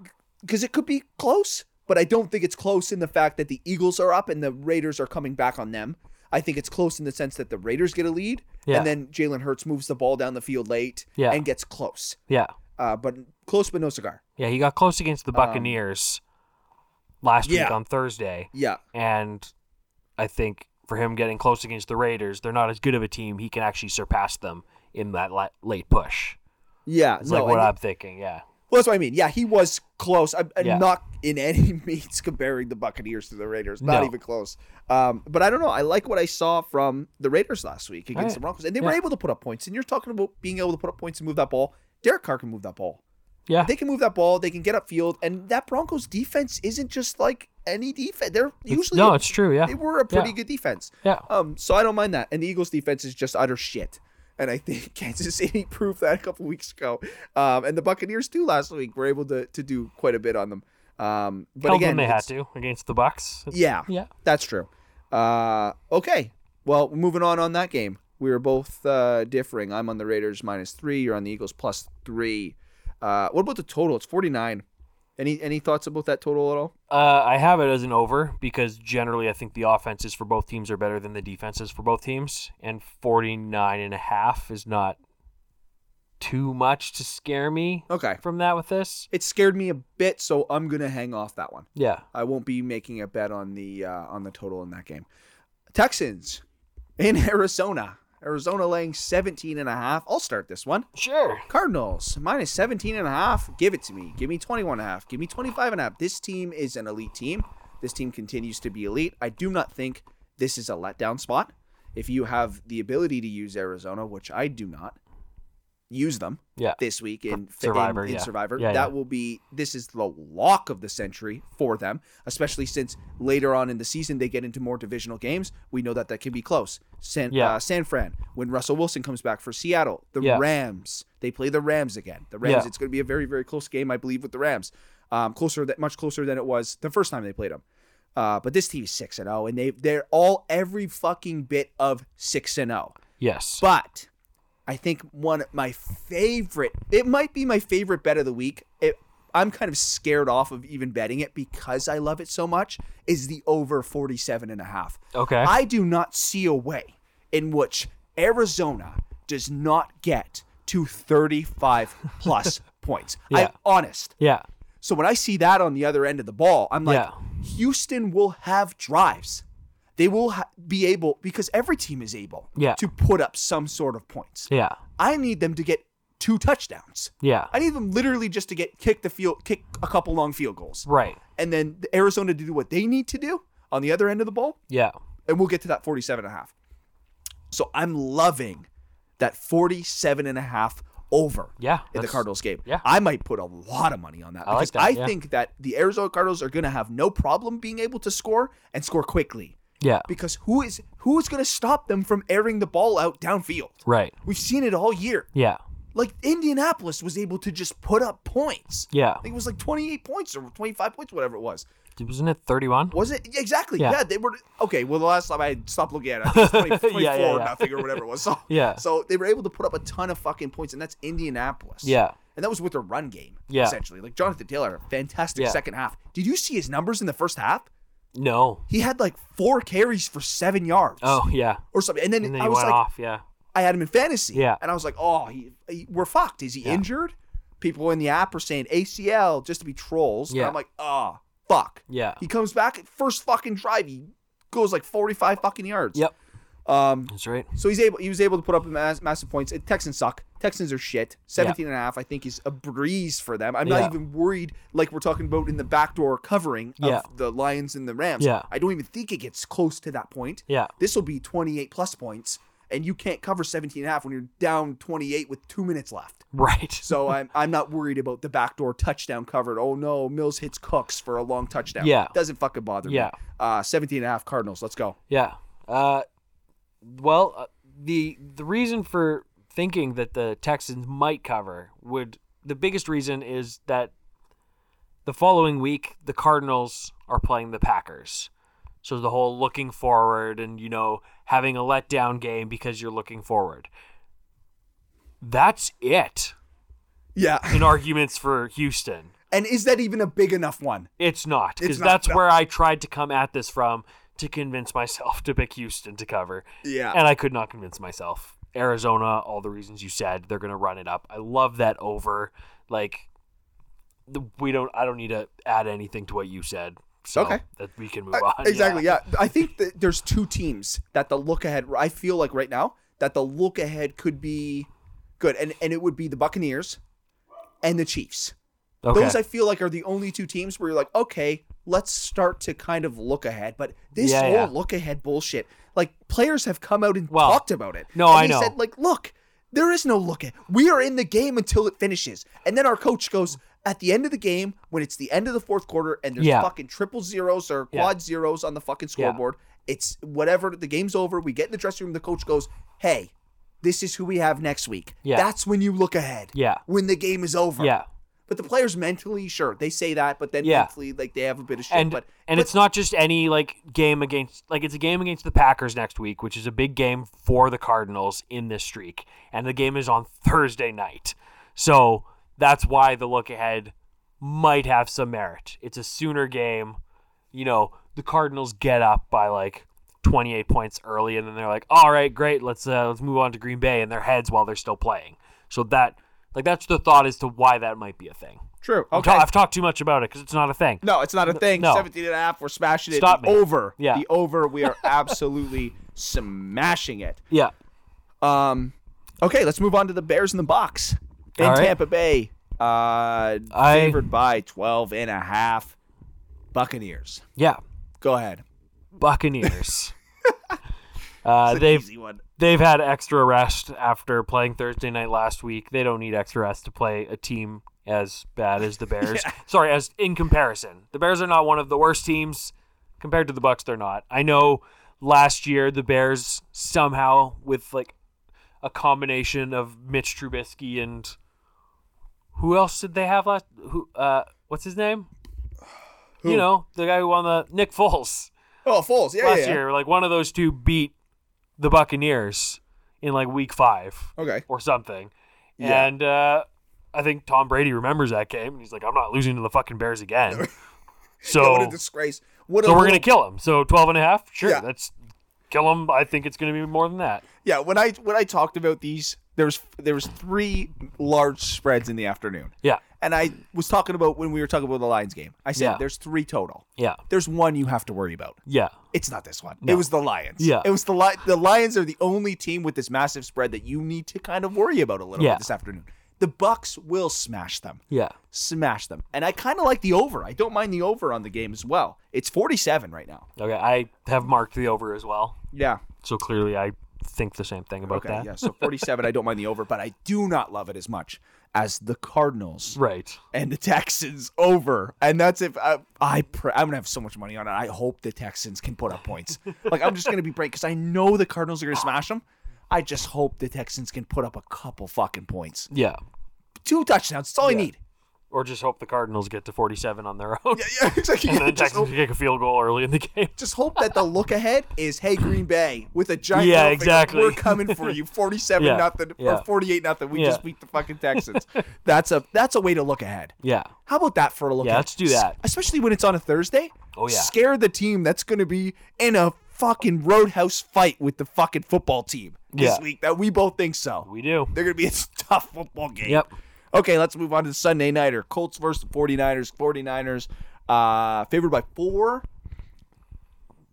because it could be close, but I don't think it's close in the fact that the Eagles are up and the Raiders are coming back on them. I think it's close in the sense that the Raiders get a lead, Yeah. and then Jalen Hurts moves the ball down the field late Yeah. and gets close. Yeah. Uh, but close, but no cigar. Yeah. He got close against the Buccaneers last Um, yeah. week on Thursday. Yeah, And I think for him getting close against the Raiders, they're not as good of a team. He can actually surpass them in that la- late push. yeah. It's no, like what and- I'm thinking. Yeah. well, that's what I mean. Yeah, he was close. I'm, I'm Yeah. not in any means comparing the Buccaneers to the Raiders. Not No. even close. Um, but I don't know. I like what I saw from the Raiders last week against Right. the Broncos, and they were Yeah. able to put up points. And you're talking about being able to put up points and move that ball. Derek Carr can move that ball. Yeah. they can move that ball. They can get upfield, and that Broncos defense isn't just like any defense. They're usually no, it's true. Yeah. They were a pretty Yeah. good defense. Yeah. Um. So I don't mind that, and the Eagles' defense is just utter shit. And I think Kansas City proved that a couple weeks ago. Um, and the Buccaneers too last week were able to to do quite a bit on them. Um, but Held again, them they had it's- to against the Bucks. Yeah, Yeah. that's true. Uh, okay. Well, moving on on that game, we were both uh, differing. I'm on the Raiders minus three. You're on the Eagles plus three. Uh, what about the total? It's 49. Any any thoughts about that total at all? Uh, I have it as an over because generally I think the offenses for both teams are better than the defenses for both teams, and 49 and a half is not too much to scare me Okay. from that with this. It scared me a bit, so I'm gonna hang off that one. Yeah. I won't be making a bet on the uh, on the total in that game. Texans in Arizona. Arizona laying 17 and a half. I'll start this one. Sure. Cardinals minus 17 and a half. Give it to me. Give me 21 and a half. Give me 25 and a half. This team is an elite team. This team continues to be elite. I do not think this is a letdown spot. If you have the ability to use Arizona, which I do not, use them Yeah. this week in Survivor, In, in yeah. Survivor, Yeah, that yeah. will be this is the lock of the century for them, especially since later on in the season they get into more divisional games. We know that that can be close. San Yeah. uh, San Fran when Russell Wilson comes back for Seattle, the Yeah. Rams they play the Rams again. The Rams, Yeah. it's going to be a very very close game, I believe, with the Rams. Um, closer that much closer than it was the first time they played them. Uh, but this team is six and zero, and they they're all every fucking bit of six and oh. zero. Yes. But I think one of my favorite, it might be my favorite bet of the week. It, I'm kind of scared off of even betting it because I love it so much is the over 47 and a half. Okay. I do not see a way in which Arizona does not get to 35 plus points. I'm Yeah. honest. yeah. So when I see that on the other end of the ball, I'm like, Yeah. Houston will have drives. They will ha- be able because every team is able Yeah. to put up some sort of points. Yeah. I need them to get two touchdowns. Yeah. I need them literally just to get kick the field, kick a couple long field goals, right. and then the Arizona to do what they need to do on the other end of the ball, Yeah. and we'll get to that 47 and a half. So I'm loving that 47 and a half over Yeah. in the that's- Cardinals game. yeah. I might put a lot of money on that I like because that, I yeah. think that the Arizona Cardinals are going to have no problem being able to score and score quickly Yeah. because who is who is going to stop them from airing the ball out downfield? Right. We've seen it all year. Yeah. Like Indianapolis was able to just put up points. Yeah. I think it was like 28 points or 25 points, whatever it was. Wasn't it 31? Was it Yeah, exactly? Yeah, Yeah. they were okay. Well, the last time I stopped looking at it, I think it was 20, 24 Yeah, yeah, yeah. nothing or whatever it was. So, Yeah. so they were able to put up a ton of fucking points, and that's Indianapolis. Yeah. and that was with their run game. Yeah. essentially, like Jonathan Taylor, fantastic Yeah. second half. Did you see his numbers in the first half? No. He had like four carries for seven yards. Oh, yeah. Or something, and then And then I he was went like, off. Yeah. I had him in fantasy. Yeah. And I was like, oh, he, he- we're fucked. Is he injured? People in the app are saying ACL just to be trolls. And Yeah. I'm like, oh, fuck. Yeah. He comes back first fucking drive. He goes like 45 fucking yards. Yep. Um, That's right. so he's able he was able to put up mass, massive points. And Texans suck. Texans are shit. 17 and a half I think is a breeze for them. I'm Yeah. not even worried like we're talking about in the backdoor covering of Yeah. the Lions and the Rams. Yeah. I don't even think it gets close to that point. Yeah. This will be 28 plus points and you can't cover 17 and a half when you're down 28 with 2 minutes left. Right. So I'm I'm not worried about the backdoor touchdown covered. Oh no, Mills hits Cooks for a long touchdown. Yeah. Doesn't fucking bother Yeah. me. Uh 17 and a half Cardinals. Let's go. Yeah. Uh, well, uh, the the reason for thinking that the Texans might cover would the biggest reason is that the following week the Cardinals are playing the Packers. So the whole looking forward and you know having a letdown game because you're looking forward. That's it Yeah. in arguments for Houston. And is that even a big enough one? It's not because not, that's no. where I tried to come at this from to convince myself to pick Houston to cover. Yeah. and I could not convince myself. Arizona, all the reasons you said, they're going to run it up. I love that over. Like the- we don't I don't need to add anything to what you said. So Okay. that we can move I- on. Uh, Exactly. Yeah. I think that there's two teams that the look ahead. I feel like right now that the look ahead could be good, and and it would be the Buccaneers and the Chiefs. Okay. Those I feel like are the only two teams where you're like, okay, let's start to kind of look ahead. But this Yeah, whole yeah. look ahead bullshit, like players have come out and Well, talked about it. no, and I they know. Said like, look, there is no look ahead. We are in the game until it finishes, and then our coach goes. At the end of the game, when it's the end of the fourth quarter and there's Yeah. fucking triple zeros or Yeah. quad zeros on the fucking scoreboard, it's whatever. The game's over. We get in the dressing room. The coach goes, "Hey, this is who we have next week." Yeah. That's when you look ahead. Yeah. When the game is over. yeah. But the players mentally, sure, they say that, but then Yeah. mentally, like they have a bit of shit. And but and but it's not just any like game against like it's a game against the Packers next week, which is a big game for the Cardinals in this streak. And the game is on Thursday night. So that's why the look ahead might have some merit. It's a sooner game. You know, the Cardinals get up by like 28 points early and then they're like, "All right, great. Let's uh, let's move on to Green Bay in their heads while they're still playing." So that like that's the thought as to why that might be a thing. true. I've ta- I've talked too much about it cuz it's not a thing. no, it's not a thing. no. Seventeen and a half. We're smashing it. Stop the me. over. Yeah. The over. We are absolutely smashing it. Yeah. Um, okay, let's move on to the Bears in the box in All right. Tampa Bay. Uh, I- favored by 12 and a half Buccaneers. Yeah, Go ahead. Buccaneers. uh, they've Easy one. they've had extra rest after playing Thursday night last week. They don't need extra rest to play a team as bad as the Bears. Sorry, as in comparison, the Bears are not one of the worst teams compared to the Bucks. They're not. I know last year the Bears somehow with like a combination of Mitch Trubisky and who else did they have last? Who? Uh, what's his name? You know the guy who won the Nick Foles Oh, Foles. Yeah, last yeah. yeah. year. Like one of those two beat the Buccaneers in like week five Okay. or something. Yeah. And uh, I think Tom Brady remembers that game and he's like, I'm not losing to the fucking Bears again. what So, a disgrace. What a so we're little going to kill him. So 12 and a half? Sure. Yeah. That's kill him. I think it's going to be more than that. Yeah, when I when I talked about these, there was there was three large spreads in the afternoon, Yeah. and I was talking about when we were talking about the Lions game. I said Yeah. there's three total. Yeah. There's one you have to worry about. Yeah. It's not this one. It was the Lions. Yeah. it was the Li- the Lions are the only team with this massive spread that you need to kind of worry about a little Yeah. bit this afternoon. The Bucks will smash them. Yeah. Smash them. And I kind of like the over. I don't mind the over on the game as well. It's 47 right now. Okay. I have marked the over as well. Yeah. So clearly I think the same thing about Okay, that. yeah. So 47, I don't mind the over, but I do not love it as much as the Cardinals Right. and the Texans over. And that's if I, I pray, I'm gonna have so much money on it. I hope the Texans can put up points. like I'm just gonna be brave because I know the Cardinals are gonna smash them. I just hope the Texans can put up a couple fucking points. Yeah. Two touchdowns. That's all I need. Or just hope the Cardinals get to 47 on their own. Yeah, exactly. and then just, Texans hope, kick a field goal early in the game. just hope that the look ahead is hey Green Bay with a giant. Yeah, middle finger, exactly. We're coming for you. Forty-seven Yeah, nothing yeah. or forty-eight nothing. We Yeah. just beat the fucking Texans. that's a that's a way to look ahead. Yeah. How about that for a look? Yeah, at- let's do that. S- Especially when it's on a Thursday. Oh, yeah. Scare the team that's going to be in a fucking roadhouse fight with the fucking football team this Yeah. week that we both think so. We do. They're going to be a tough football game. Yep. Okay, let's move on to the Sunday nighter. Colts versus the 49ers. 49ers uh favored by 4.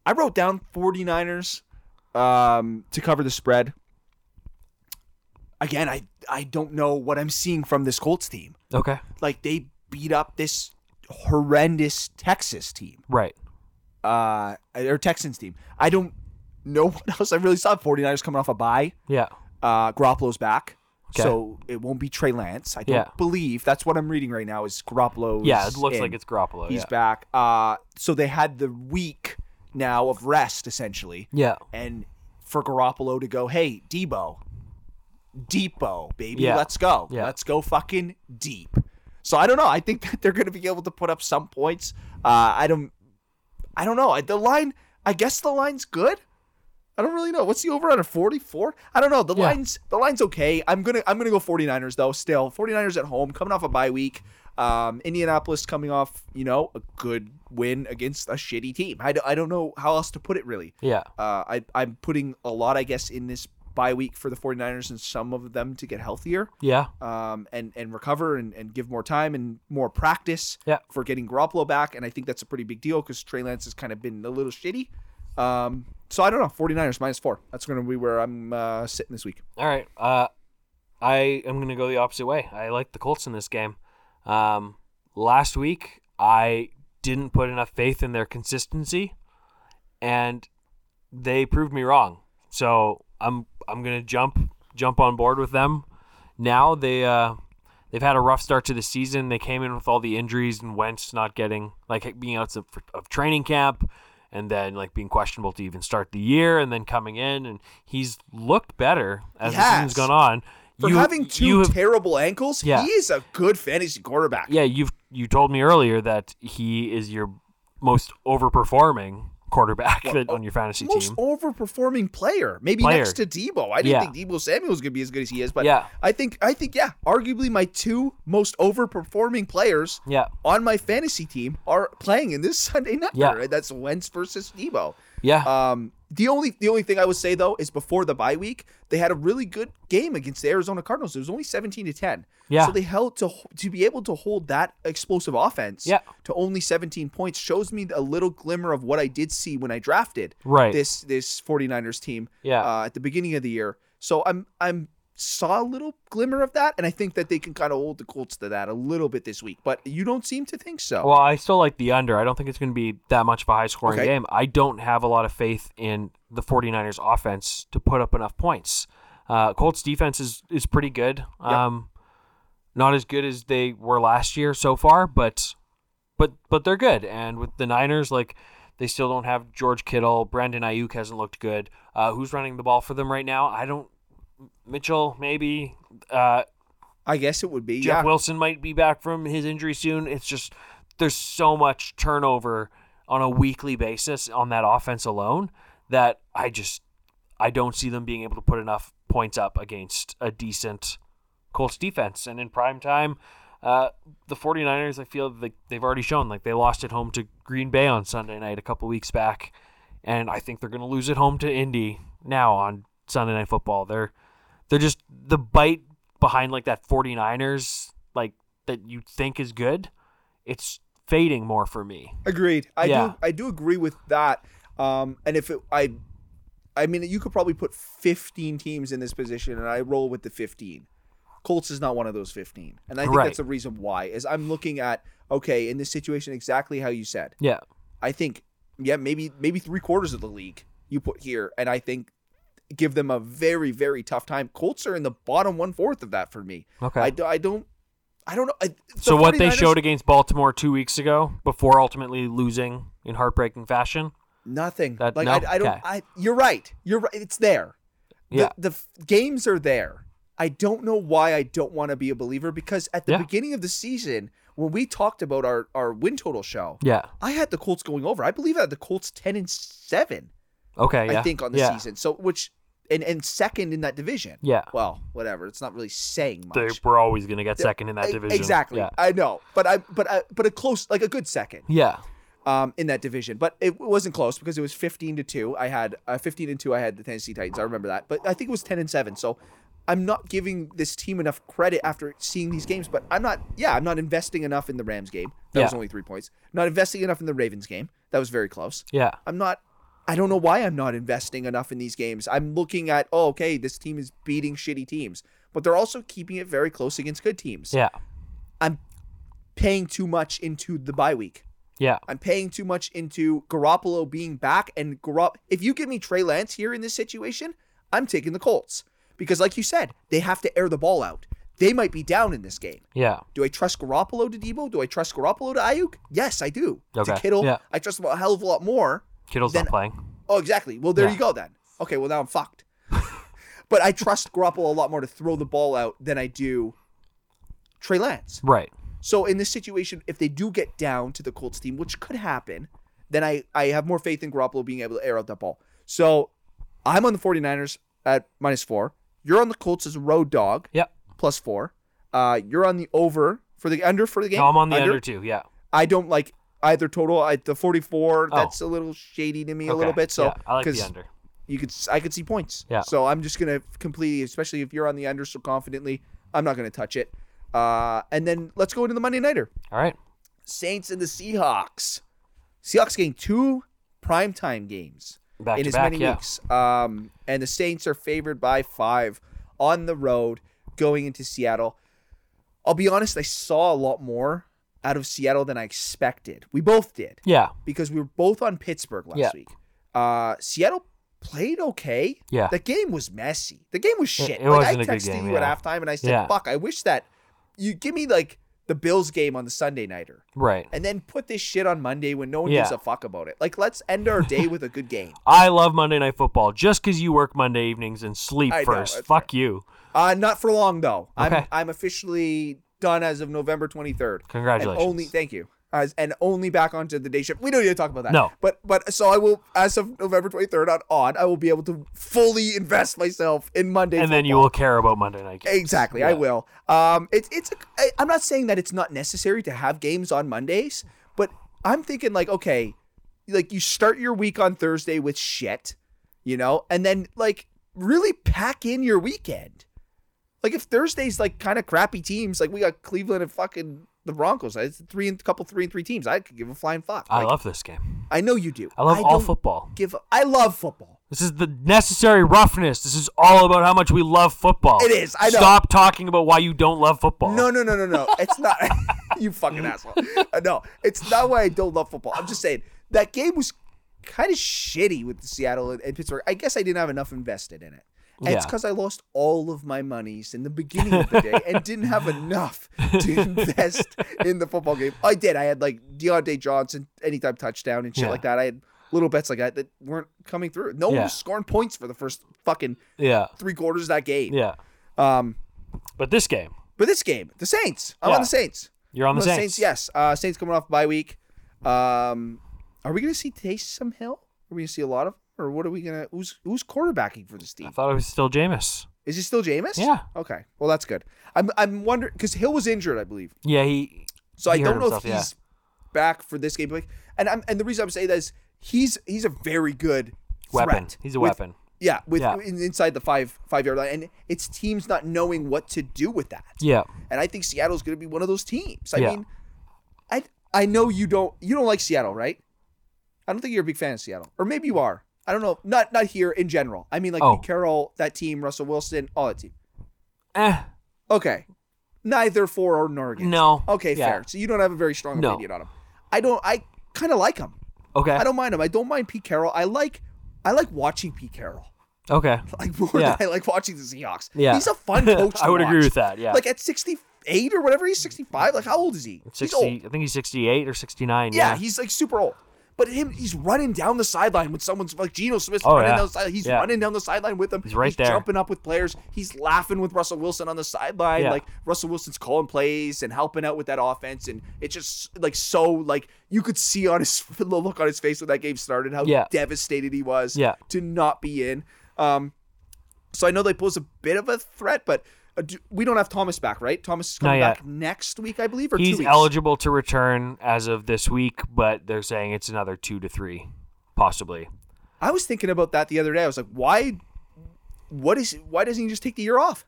I wrote down 49ers um, to cover the spread. Again, I I don't know what I'm seeing from this Colts team. Okay. Like they beat up this horrendous Texas team Right. uh, or Texans team. I don't know what else I really saw. 49ers coming off a bye. Yeah. Uh, Garoppolo's back. Okay. So it won't be Trey Lance. I don't Yeah. believe that's what I'm reading right now is Garoppolo's. Yeah, it looks in. like it's Garoppolo. He's yeah. back. Uh, so they had the week now of rest essentially, Yeah. and for Garoppolo to go, hey Debo, Depot, baby, Yeah. let's go, Yeah. let's go fucking deep. So I don't know. I think that they're going to be able to put up some points. Uh, I don't, I don't know. I- The line, I guess the line's good. I don't really know. What's the over under 44? I don't know. The Yeah. line's the line's okay. I'm going to I'm going to go 49ers though. Still 49ers at home coming off a bye week. Um Indianapolis coming off, you know, a good win against a shitty team. I, d- I don't know how else to put it really. Yeah. Uh I I'm putting a lot I guess in this bye week for the 49ers and some of them to get healthier Yeah. um, and and recover and, and give more time and more practice Yeah. for getting Garoppolo back. And I think that's a pretty big deal because Trey Lance has kind of been a little shitty. Um, so I don't know. 49ers minus four. That's going to be where I'm uh, sitting this week. All right. Uh, I am going to go the opposite way. I like the Colts in this game. Um, last week, I didn't put enough faith in their consistency, and they proved me wrong. So I'm I'm going to jump jump on board with them. Now they uh, they've had a rough start to the season. They came in with all the injuries and Wentz not getting like being out of, of training camp, and then like being questionable to even start the year, and then coming in and he's looked better as He the season's has. gone on. For You- having you two have- terrible ankles, Yeah. he is a good fantasy quarterback. yeah, you've you told me earlier that he is your most overperforming quarterback that- on your fantasy uh, Most team. overperforming player, maybe Player. next to Debo. I didn't Yeah. think Debo Samuel was going to be as good as he is, but Yeah. I think I think yeah, arguably my two most overperforming players yeah, on my fantasy team are playing in this Sunday night. Yeah. right? That's Wentz versus Debo. yeah, Um, the only the only thing I would say though is before the bye week, they had a really good game against the Arizona Cardinals. It was only seventeen to ten. Yeah. So they held to to be able to hold that explosive offense Yeah. to only seventeen points shows me a little glimmer of what I did see when I drafted Right. this this 49ers team Yeah. uh, at the beginning of the year. So I'm I'm saw a little glimmer of that, and I think that they can kind of hold the Colts to that a little bit this week. But you don't seem to think so. Well, I still like the under. I don't think it's going to be that much of a high scoring Okay. game. I don't have a lot of faith in the 49ers offense to put up enough points. Uh, Colts defense is, is pretty good. Um, Not as good as they were last year so far, but but but they're good. And with the Niners, like they still don't have George Kittle. Brandon Ayuk hasn't looked good. Uh, who's running the ball for them right now? I don't. Mitchell maybe. Uh, I guess it would be Jeff yeah. Wilson might be back from his injury soon. It's just there's so much turnover on a weekly basis on that offense alone that I just I don't see them being able to put enough points up against a decent Colts defense. And in prime time, uh, the 49ers, I feel like they've already shown like they lost at home to Green Bay on Sunday night a couple weeks back, and I think they're going to lose at home to Indy now on Sunday Night Football. They're they're just the bite behind like that 49ers like that you think is good it's fading more for me Agreed. I Yeah. do. I do agree with that. Um, and if it, I, I mean, you could probably put 15 teams in this position, and I roll with the 15. Colts is not one of those 15, and I think Right. that's the reason why. Is I'm looking at okay in this situation exactly how you said. yeah I think yeah maybe maybe three quarters of the league you put here, and I think give them a very very tough time. Colts are in the bottom one fourth of that for me. Okay. I, do, I don't. I don't know. I, so the what they 49ers showed against baltimore two weeks ago before ultimately losing in heartbreaking fashion Nothing. That- like no? I, I don't. Okay. I. You're right. You're right. It's there. yeah The, the f- games are there. I don't know why I don't want to be a believer because at the Yeah. beginning of the season, when we talked about our our win total show, yeah I had the Colts going over. I believe I had the Colts ten and seven. okay yeah. I think on the yeah. season. So which and and second in that division. Yeah. Well, whatever. It's not really saying much. they were always going to get second in that E- division Exactly. yeah I know, but I but I, but a close like a good second yeah um, in that division. But it wasn't close because it was 15 to 2. I had uh, 15 and 2 I had the Tennessee Titans. I remember that. But I think it was 10 and 7. So I'm not giving this team enough credit after seeing these games, but I'm not yeah, I'm not investing enough in the Rams game. That was Yeah. only 3 points. Not investing enough in the Ravens game. That was very close. yeah I'm not I don't know why I'm not investing enough in these games. I'm looking at, oh, okay, this team is beating shitty teams, but they're also keeping it very close against good teams. Yeah. I'm paying too much into the bye week. Yeah. I'm paying too much into Garoppolo being back and Garop. If you give me Trey Lance here in this situation, I'm taking the Colts because, like you said, they have to air the ball out. They might be down in this game. Yeah. Do I trust Garoppolo to Debo? Do I trust Garoppolo to Ayuk? Yes, I do. Okay, To Kittle, yeah. I trust him a hell of a lot more. Kittle's Then- not playing. Oh, exactly. Well, there Yeah. you go then. Okay, well now I'm fucked. but I trust Garoppolo a lot more to throw the ball out than I do Trey Lance. Right. So in this situation, if they do get down to the Colts team, which could happen, then I, I have more faith in Garoppolo being able to air out that ball. So I'm on the 49ers at minus four. You're on the Colts as a road dog, Yep. plus four. Uh, you're on the over for the under for the game. No, I'm on the under, too. Yeah. I don't like either total. I, the 44, Oh. that's a little shady to me a little Okay, bit. So yeah, I like 'cause the under. you could I could see points. Yeah. So I'm just gonna completely, especially if you're on the under so confidently, I'm not gonna touch it. Uh, and then let's go into the Monday nighter. All right. Saints and the Seahawks. Seahawks getting two primetime games Back in to as back, many yeah. weeks. Um, and the Saints are favored by five on the road going into Seattle. I'll be honest, I saw a lot more out of Seattle than I expected. We both did Yeah. because we were both on Pittsburgh last Yeah. week. Uh, Seattle played okay. Yeah. The game was messy. The game was shit. it like wasn't I a good texted game, you yeah. at halftime and I said, Yeah. "Fuck, I wish that you give me like the Bills game on the Sunday nighter." Right. And then put this shit on Monday when no one Yeah. gives a fuck about it. Like, let's end our day with a good game. I love Monday Night Football just because you work Monday evenings and sleep I know, first. that's Fuck you. Uh, not for long though. I'm Okay. I'm officially done as of November 23rd. And Congratulations. only thank you. As, and only back onto the day shift. We don't need to talk about that. No. But but so I will as of November 23rd on on I will be able to fully invest myself in Monday. And then you will care about Monday Night games. Exactly, I Yeah. will. Um, it's it's. A, I, I'm not saying that it's not necessary to have games on Mondays, but I'm thinking like, okay, like you start your week on Thursday with shit, you know, and then like really pack in your weekend. Like if Thursday's like kind of crappy teams, like we got Cleveland and fucking the Broncos. It's three and couple three and three teams. I could give a flying fuck. I Like, love this game. I know you do. I love all don't football. Give. a- I love football. This is the necessary roughness. This is all about how much we love football. It is, I know. Stop talking about why you don't love football. No, no, no, no, no. It's not. you fucking asshole. Uh, No, it's not why I don't love football. I'm just saying that game was kind of shitty with Seattle and, and Pittsburgh. I guess I didn't have enough invested in it. And It's Yeah. because I lost all of my monies in the beginning of the day and didn't have enough to invest in the football game. I did. I had like Deontay Johnson anytime touchdown and shit Yeah. like that. I had little bets like that that weren't coming through. No one Yeah. was scoring points for the first fucking Yeah. three quarters of that game. Yeah. Um, But this game, but this game, the Saints. I'm Yeah. on the Saints. you're on the No, Saints. Yes, uh, Saints coming off bye week. Um, are we gonna see Taysom Hill? Are we gonna see a lot of, or what are we gonna? Who's who's quarterbacking for this I team? thought it was still Jameis. Is it still Jameis? Yeah. Okay. Well, that's good. I'm I'm wondering because Hill was injured, I believe. Yeah, he. So he I hurt don't know if himself, yeah. he's back for this game. Like, and I'm and the reason I'm saying that is he's he's a very good Weapon. threat He's a with- weapon. Yeah, with Yeah. in- inside the five five yard line, and it's teams not knowing what to do with that. Yeah. and I think Seattle's going to be one of those teams. I Yeah. mean, I I know you don't you don't like Seattle, right? I don't think you're a big fan of Seattle, or maybe you are. I don't know. Not not here in general. I mean, like Oh. Pete Carroll, that team, Russell Wilson, all that team. Eh. Okay, neither for or nor against. No. Okay, Yeah. fair. So you don't have a very strong No. opinion on him. I don't. I kind of like him. Okay. I don't mind him. I don't mind Pete Carroll. I like I like watching Pete Carroll Okay. like more Yeah. than I like watching the Seahawks. Yeah. he's a fun coach. I to would agree watch. with that, yeah. like at sixty-eight or whatever, he's sixty-five. Like how old is he? He's 60, old. I think he's 68 or 69. Yeah, Yeah. he's like super old. But him, he's running down the sideline with someone's like Geno Smith's Oh, running yeah. down the sideline. He's Yeah. running down the sideline with him. He's right there. jumping up with players. He's laughing with Russell Wilson on the sideline. Yeah. Like Russell Wilson's calling plays and helping out with that offense. And it's just like so like you could see on his the look on his face when that game started how Yeah. devastated he was Yeah. to not be in. Um, so I know they pose a bit of a threat, but uh, do, we don't have Thomas back, right? Thomas is coming yet. back next week, I believe, or two he's weeks. eligible to return as of this week, but they're saying it's another two to three, possibly. I was thinking about that the other day. I was like, why? What is? Why doesn't he just take the year off?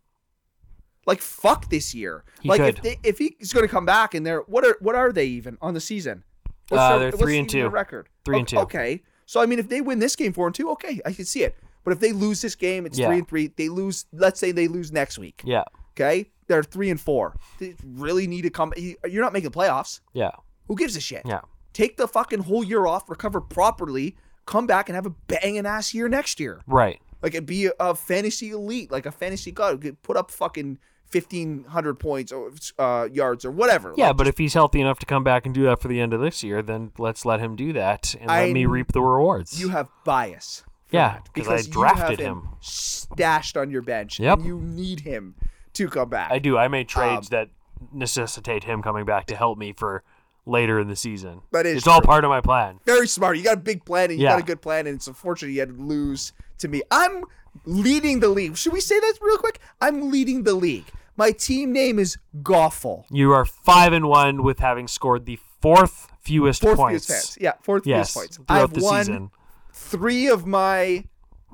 Like fuck this year. He like if could. they, if he's going to come back and they're what are what are they even on the season? Uh, their- they're three and even two. their record. Three and Okay- two. Okay, So I mean, if they win this game four and two, okay, I can see it. But if they lose this game, it's Yeah. three and three. They lose. Let's say they lose next week. Yeah. Okay, they're three and four. They really need to come. You're not making playoffs. Yeah. Who gives a shit? Yeah. Take the fucking whole year off, recover properly, come back and have a banging ass year next year. Right. Like it'd be a, a fantasy elite, like a fantasy god who could put up fucking fifteen hundred points or uh, yards or whatever. Yeah, Like, but if he's healthy enough to come back and do that for the end of this year, then let's let him do that and let I- me reap the rewards. you have bias. for Yeah, that 'cause I you have drafted him. stashed on your bench. Yep. and you need him to come back. I do. I made Um, trades that necessitate him coming back to help me for later in the season. That is it's all true. part of my plan. Very smart. You got a big plan and you got Yeah. a good plan, and it's unfortunate you had to lose to me. I'm leading the league. Should we say that real quick? I'm leading the league. My team name is Goffle. You are five and one with having scored the fourth fewest Fourth points. fewest fans. Yeah, fourth Yes, fewest points. throughout I've the won season. three of my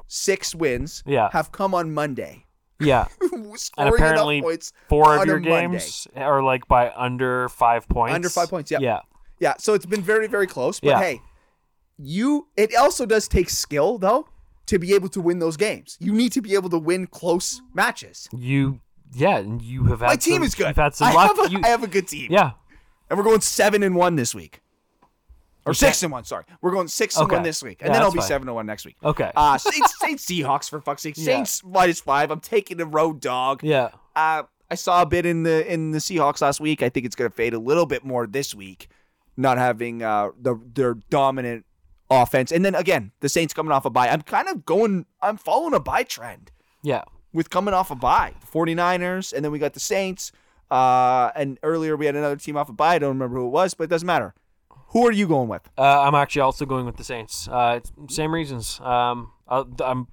six wins. Yeah. have come on Monday. Yeah, Scoring and enough apparently points four of on a your Monday. games are like by under five points. Under five points, yeah. Yeah. Yeah, so it's been very, very close. But Yeah. hey, you it also does take skill though to be able to win those games. You need to be able to win close matches. You. Yeah, and you have had My team some- is good. You've had some I, luck. Have a, You- I have a good team. yeah. And we're going seven and one this week. Or six and one, sorry. We're going six and Okay. one this week. And Yeah, then I'll that's be fine. seven and one next week. Okay. Uh Saints, Saints Seahawks for fuck's sake. Saints minus five. I'm taking the road dog. Yeah. Uh, I saw a bit in the in the Seahawks last week. I think it's going to fade a little bit more this week, not having uh, the their dominant offense. And then again, the Saints coming off a bye. I'm kind of going. I'm following a bye trend Yeah. with coming off a bye. The 49ers, and then we got the Saints. Uh, and earlier we had another team off a bye. I don't remember who it was, but it doesn't matter. Who are you going with? Uh, I'm actually also going with the Saints. Uh, it's- same reasons. Um, I, I'm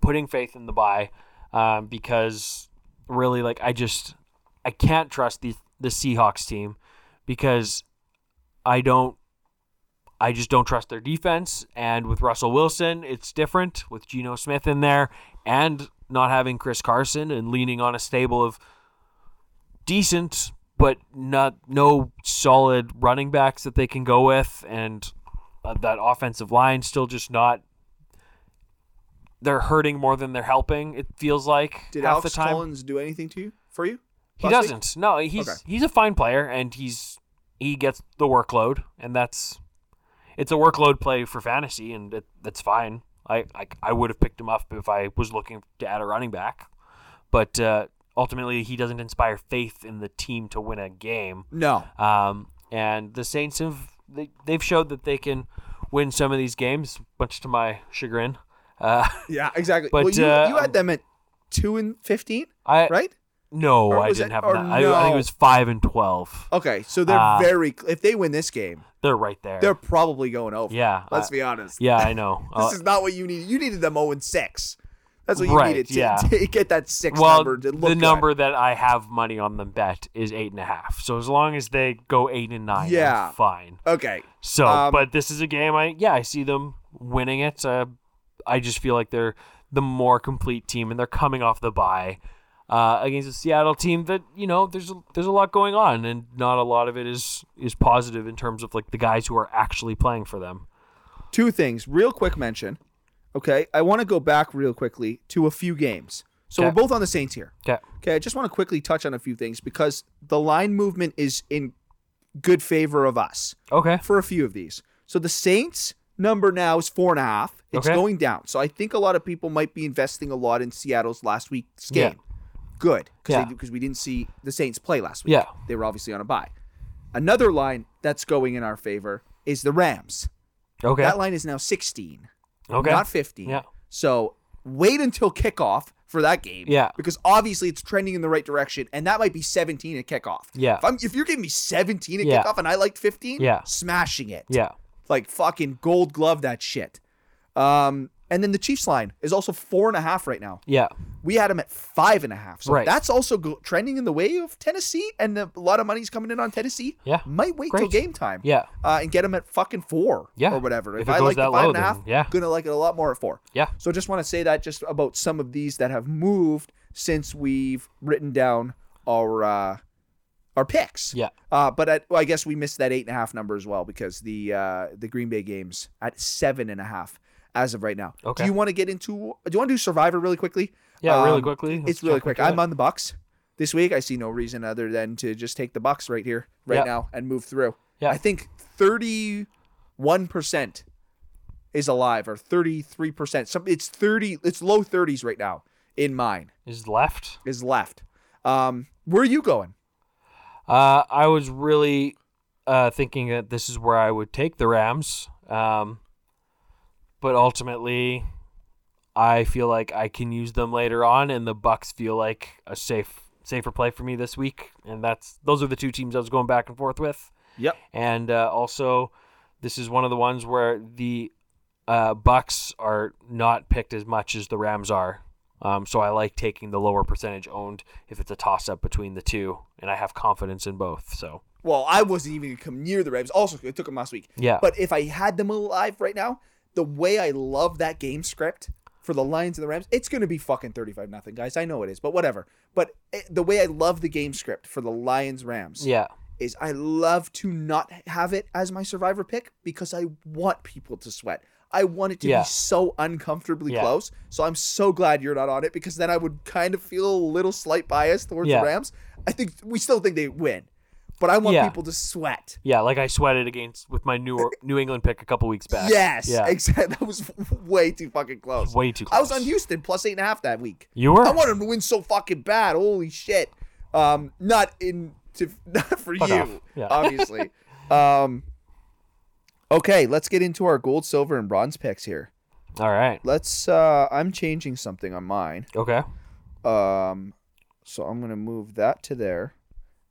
putting faith in the buy um, because really, like, I just I can't trust the the Seahawks team because I don't. I just don't trust their defense, and with Russell Wilson, it's different. With Geno Smith in there, and not having Chris Carson, and leaning on a stable of decent but not no solid running backs that they can go with and uh, that offensive line still just not they're hurting more than they're helping it feels like Did half Alex the time Collins do anything to you for you? he last week? doesn't no he's Okay. he's a fine player and he's he gets the workload and that's it's a workload play for fantasy and it, that's fine I, I i would have picked him up if i was looking to add a running back but uh ultimately he doesn't inspire faith in the team to win a game No. um, and the Saints have they, they've showed that they can win some of these games, much to my chagrin. Uh, Yeah, exactly. But, well, you, uh, you had them at two and fifteen, I right? no, Or I was didn't it- have or that. I, I think no. it was five and twelve. Okay, so they're Uh, very. If they win this game, They're right there. they're probably going over. Yeah, let's I- be honest. yeah, I know. Uh, this is not what you need. You needed them zero and six. That's what you Right, needed to, yeah. to get that six well, number to look the good. number that I have money on them bet is eight and a half. So as long as they go eight and nine, I'm Yeah. fine. Okay, So, Um, but this is a game. I yeah, I see them winning it. Uh, I just feel like they're the more complete team, and they're coming off the bye uh, against the Seattle team that you know there's a, there's a lot going on, and not a lot of it is is positive in terms of like the guys who are actually playing for them. two things. Real quick mention. Okay, I want to go back real quickly to a few games. So Okay. we're both on the Saints here. Okay. Okay, I just want to quickly touch on a few things because the line movement is in good favor of us. Okay. for a few of these. So the Saints number now is four and a half. It's Okay. going down. So I think a lot of people might be investing a lot in Seattle's last week's Yeah. game. Good. Yeah. Because we didn't see the Saints play last week. Yeah. They were obviously on a bye. Another line that's going in our favor is the Rams. Okay. That line is now 16, okay. not 15. Yeah. So wait until kickoff for that game. Yeah. Because obviously it's trending in the right direction, and that might be 17 at kickoff. Yeah. If, I'm, if you're giving me 17 at Yeah. kickoff and I liked 15, Yeah. smashing it yeah. like fucking gold glove that shit. Um, and then the Chiefs line is also four and a half right now. Yeah. We had them at five and a half, so Right. that's also go- trending in the way of Tennessee, and the, a lot of money's coming in on Tennessee. Yeah. might wait till Great. game time. Yeah. uh, and get them at fucking four. Yeah. or whatever. If If, it I goes like that the five low, and a then half, yeah. gonna like it a lot more at four. Yeah. So just want to say that just about some of these that have moved since we've written down our uh, our picks. Yeah. Uh, but I, well, I guess we missed that eight and a half number as well because the uh, the Green Bay games at seven and a half as of right now. Okay. Do you want to get into? Do you want to do Survivor really quickly? Yeah, really Um, quickly. let's it's really jump quick. into I'm it. on the Bucks this week. I see no reason other than to just take the Bucks right here, right Yeah. now, and move through. Yeah. I think 31 percent is alive, or 33 percent. Some it's 30. It's low 30s right now in mine is left. is left. Um, where are you going? Uh, I was really uh, thinking that this is where I would take the Rams, um, but ultimately, I feel like I can use them later on, and the Bucks feel like a safe, safer play for me this week, and that's those are the two teams I was going back and forth with. Yep. And uh, also, this is one of the ones where the uh, Bucks are not picked as much as the Rams are. Um, so I like taking the lower percentage owned if it's a toss up between the two, and I have confidence in both. So Well, I wasn't even gonna come near the Rams. Also, I took them last week. Yeah. But if I had them alive right now, the way I love that game script for the Lions and the Rams, it's gonna be fucking thirty-five nothing, guys. I know it is, but whatever. But eh, the way I love the game script for the Lions Rams, yeah, is I love to not have it as my survivor pick because I want people to sweat. I want it to Yeah. be so uncomfortably Yeah. close. So I'm so glad you're not on it because then I would kind of feel a little slight bias towards Yeah. the Rams. I think we still think they win, but I want Yeah. people to sweat. yeah. Like I sweated against with my New New England pick a couple weeks back. Yes, yeah, exactly. That was way too fucking close. way too. I was close. on Houston plus eight and a half that week. You were? I wanted them to win so fucking bad. Holy shit. Um, not in to not for Fuck off. you, Yeah. obviously. um, okay, let's get into our gold, silver, and bronze picks here. All right. Let's. Uh, I'm changing something on mine. Okay. Um, so I'm gonna move that to there,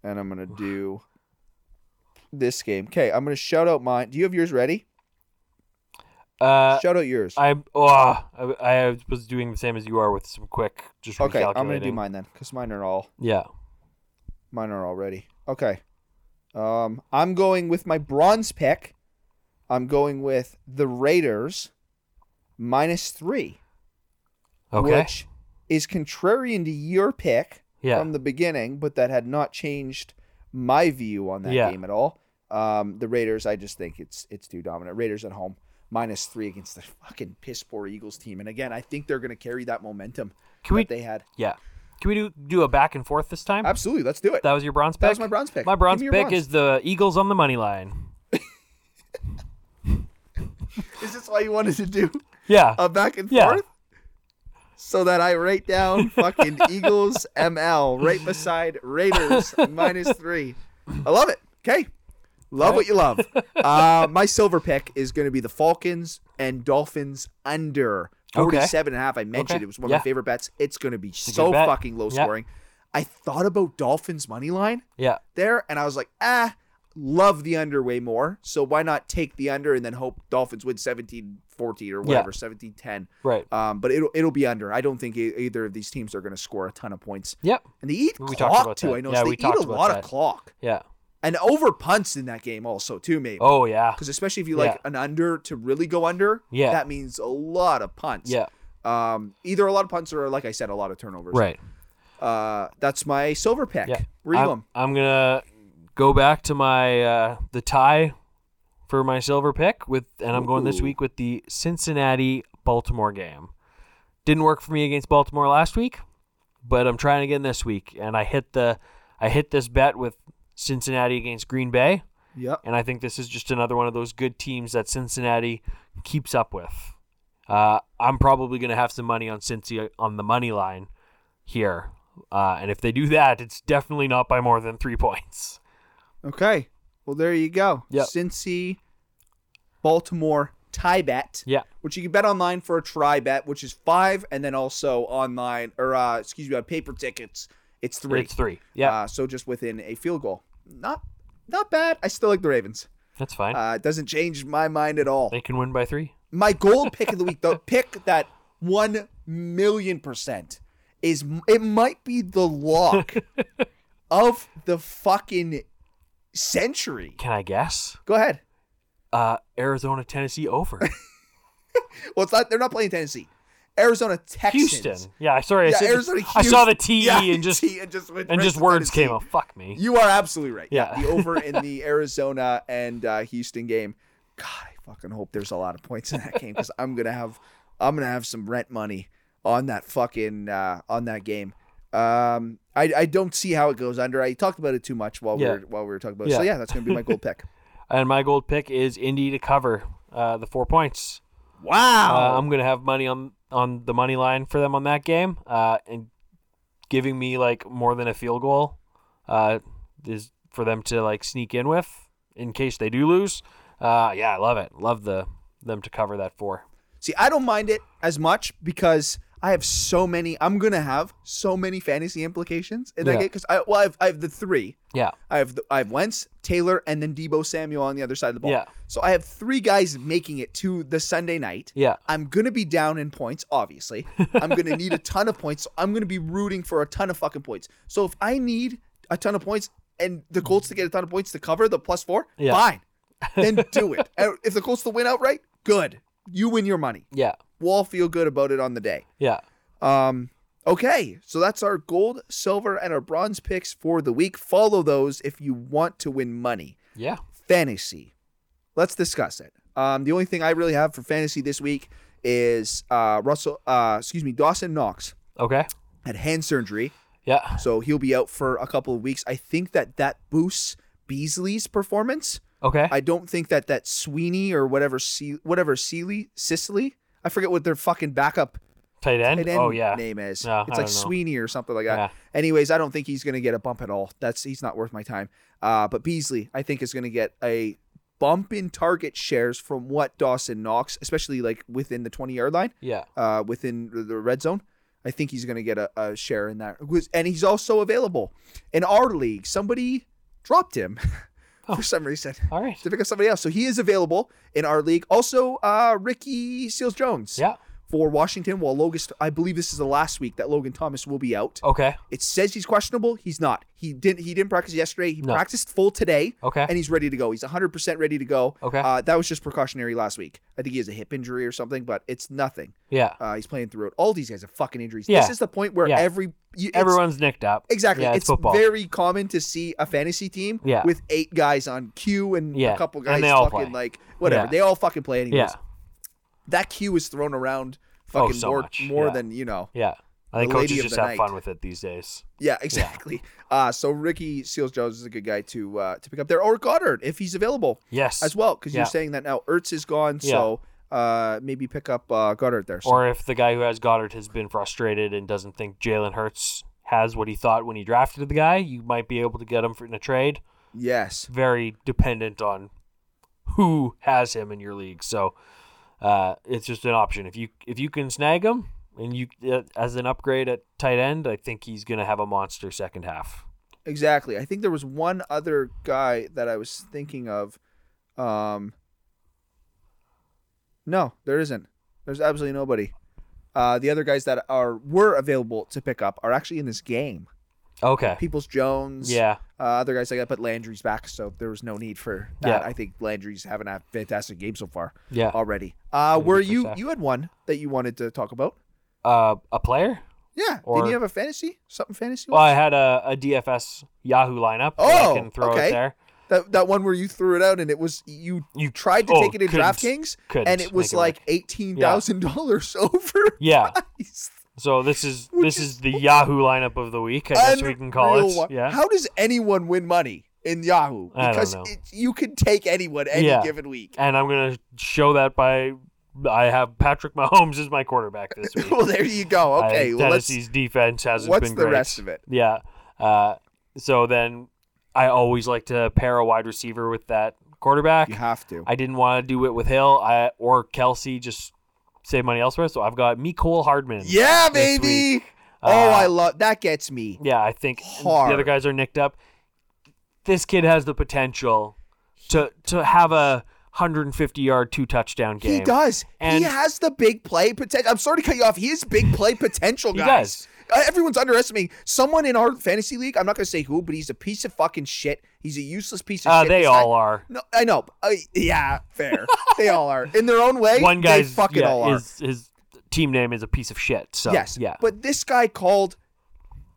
and I'm gonna do this game. Okay, I'm gonna shout out mine. Do you have yours ready? Uh, shout out yours. I oh, I, I was doing the same as you are with some quick just okay, I'm gonna do recalculating. mine then, cause mine are all Yeah. Mine are already. Okay. Um, I'm going with my bronze pick. I'm going with the Raiders minus three, Okay. which is contrarian to your pick yeah. from the beginning, but that had not changed my view on that Yeah. game at all. Um, the Raiders, I just think it's it's too dominant. Raiders at home minus three against the fucking piss poor Eagles team, and again, I think they're gonna carry that momentum Can we- that they had. yeah. Can we do do a back and forth this time? Absolutely, let's do it. That was your bronze pick. That was my bronze pick. My Give bronze me pick your bronze. is the Eagles on the money line. Is this why you wanted to do? Yeah. a back and Yeah. forth so that I write down fucking Eagles ML right beside Raiders minus three. I love it. Okay. Love what you love. Uh, my silver pick is going to be the Falcons and Dolphins under Okay. 47 and a half. I mentioned Okay. it was one of Yeah. my favorite bets. It's going to be a good so bet. fucking low Yeah. scoring. I thought about Dolphins money line yeah. there and I was like, ah, love the under way more. So why not take the under and then hope Dolphins win 17 14 or whatever, 17 10. Right. Um, but it'll it'll be under. I don't think e- either of these teams are going to score a ton of points. Yep. And they eat We talked clock about too. that. I know Yeah, they we eat a talked about lot of that. clock Yeah. and over punts in that game also too maybe. Oh yeah. Because especially if you like Yeah. an under to really go under, Yeah. that means a lot of punts. Yeah. Um, either a lot of punts or like I said, a lot of turnovers. Right. Uh, that's my silver pick. Yeah. Where you I'm, going? I'm gonna go back to my uh, the tie for my silver pick with, and I'm going this Ooh. week with the Cincinnati Baltimore game. Didn't work for me against Baltimore last week, but I'm trying again this week, and I hit the I hit this bet with Cincinnati against Green Bay. Yep. And I think this is just another one of those good teams that Cincinnati keeps up with. Uh, I'm probably going to have some money on Cincy on the money line here. Uh, and if they do that, it's definitely not by more than three points. Okay. Well, there you go. Yep. Cincy, Baltimore tie bet. Yeah. Which you can bet online for a try bet, which is five, and then also online or uh, excuse me, on paper tickets, it's three. It's three. Yeah. Uh, so just within a field goal. Not, not bad. I still like the Ravens. that's fine. Uh, it doesn't change my mind at all. they can win by three. My gold pick of the week, the pick that one million percent is it might be the lock of the fucking century. Can I guess? Go ahead. Uh, Arizona, Tennessee over. Well, it's not. They're not playing Tennessee. Arizona Texans. Houston. Yeah, sorry. I, Yeah, said the- Arizona. I saw the Houston. TE Yeah, and just T and just, went and right just to words Tennessee. came up. Fuck me. You are absolutely right. Yeah. the over in the Arizona and uh, Houston game. God, I fucking hope there's a lot of points in that game because I'm gonna have I'm gonna have some rent money on that fucking uh, on that game. Um, I, I don't see how it goes under. I talked about it too much while Yeah. we were while we were talking about it. So Yeah. yeah, that's gonna be my gold pick. And my gold pick is Indy to cover uh, the four points. Wow. Uh, I'm gonna have money on on the money line for them on that game, uh, and giving me like more than a field goal uh, is for them to like sneak in with in case they do lose. Uh, yeah, I love it. Love the them to cover that four. See, I don't mind it as much because I have so many. I'm gonna have so many fantasy implications in that Yeah. game because I well, I've I have the three. Yeah, I have the, I have Wentz, Taylor, and then Debo Samuel on the other side of the ball. Yeah. So I have three guys making it to the Sunday night. yeah, I'm gonna be down in points, obviously. I'm gonna need a ton of points. So I'm gonna be rooting for a ton of fucking points. So if I need a ton of points and the Colts to get a ton of points to cover the plus four, Yeah. fine. Then do it. And if the Colts to win outright, good. You win your money. yeah, We'll all feel good about it on the day. yeah. Um, okay, so that's our gold, silver, and our bronze picks for the week. Follow those if you want to win money. Yeah. Fantasy. Let's discuss it. Um, the only thing I really have for fantasy this week is uh, Russell, uh, excuse me, Dawson Knox Okay. had hand surgery, Yeah. so he'll be out for a couple of weeks. I think that that boosts Beasley's performance. Okay. I don't think that that Sweeney or whatever, Se- whatever Sealy, Sicily, I forget what their fucking backup tight end. tight end oh yeah. name is. No, it's I like don't know. Sweeney or something like that. Yeah. Anyways, I don't think he's going to get a bump at all. That's he's not worth my time. Uh, but Beasley, I think, is going to get a bump in target shares from what Dawson Knox, especially like within the twenty yard line, Yeah. uh, within the red zone. I think he's going to get a, a share in that. And he's also available in our league. Somebody dropped him Oh. for some reason All right. to pick up somebody else. So he is available in our league. Also, uh, Ricky Seals Jones Yeah. for Washington. While Logan, I believe this is the last week that Logan Thomas will be out. Okay. It says he's questionable. He's not. He didn't. He didn't practice yesterday. He No. practiced full today. Okay. And he's ready to go. He's 100 percent ready to go. Okay. Uh, that was just precautionary last week. I think he has a hip injury or something, but it's nothing. Yeah. Uh, he's playing through it. All these guys have fucking injuries. Yeah. This is the point where Yeah. every you, it's- Everyone's nicked up. Exactly. Yeah, it's, it's football. very common to see a fantasy team Yeah. with eight guys on Q and Yeah, a couple and guys they all fucking play. like whatever. Yeah. They all fucking play anyways yeah. that cue is thrown around Oh, fucking so more much, more yeah. than you know. Yeah. I think The lady coaches of just the have night. fun with it these days. Yeah, exactly. Uh so Ricky Seals Jones is a good guy to uh, to pick up there, or Goddard if he's available Yes. as well, because you're Yeah. saying that now Ertz is gone, so uh maybe pick up uh, Goddard there. So Or if the guy who has Goddard has been frustrated and doesn't think Jalen Hurts has what he thought when he drafted the guy, you might be able to get him for, in a trade. yes, Very dependent on who has him in your league, so uh, it's just an option. If you if you can snag him and you uh, as an upgrade at tight end, I think he's going to have a monster second half. exactly. I think there was one other guy that I was thinking of. Um No, there isn't. There's absolutely nobody. Uh, the other guys that are were available to pick up are actually in this game. Okay. Peoples Jones, Yeah. uh, other guys like that. But Landry's back, so there was no need for that. Yeah. I think Landry's having a fantastic game so far Yeah. already. Uh, were good first you half. you had one that you wanted to talk about? Uh, a player? Yeah. Or- Didn't you have a fantasy? Something fantasy? Well, I had a, a DFS Yahoo lineup. that Oh, I can throw okay. it there. that that one where you threw it out and it was you You tried to oh, take it in couldn't- DraftKings couldn't and it was make it like work. eighteen thousand dollars over. Yeah. price. So this is Which this is- is, the Yahoo lineup of the week. I guess we can call Unreal. it. Yeah. How does anyone win money in Yahoo? I don't Because know. It, you can take anyone any Yeah. given week. and I'm gonna show that by I have Patrick Mahomes as my quarterback this week. well, there you go. I- Okay. well, let's, Tennessee's defense hasn't what's been the great. rest of it? Yeah. Uh, so then I always like to pair a wide receiver with that quarterback. You have to. I didn't want to do it with Hill I, or Kelsey. Just save money elsewhere. So I've got Nicole Hardman. yeah, this baby. week. oh, Uh, I love that. Gets me. Yeah, I think the Hard. other guys are nicked up. This kid has the potential to to have a 150 yard two touchdown game. He does. And- he has the big play potential. I'm sorry to cut you off. He has big play potential, He guys. Uh, Everyone's underestimating someone in our fantasy league. I'm not going to say who, but he's a piece of fucking shit. He's a useless piece of Uh, shit. they This all guy- are. No, I know. Uh, yeah, fair. they all are in their own way. One they guy's fucking yeah, all are. His, his team name is a piece of shit. So yes. yeah, But this guy called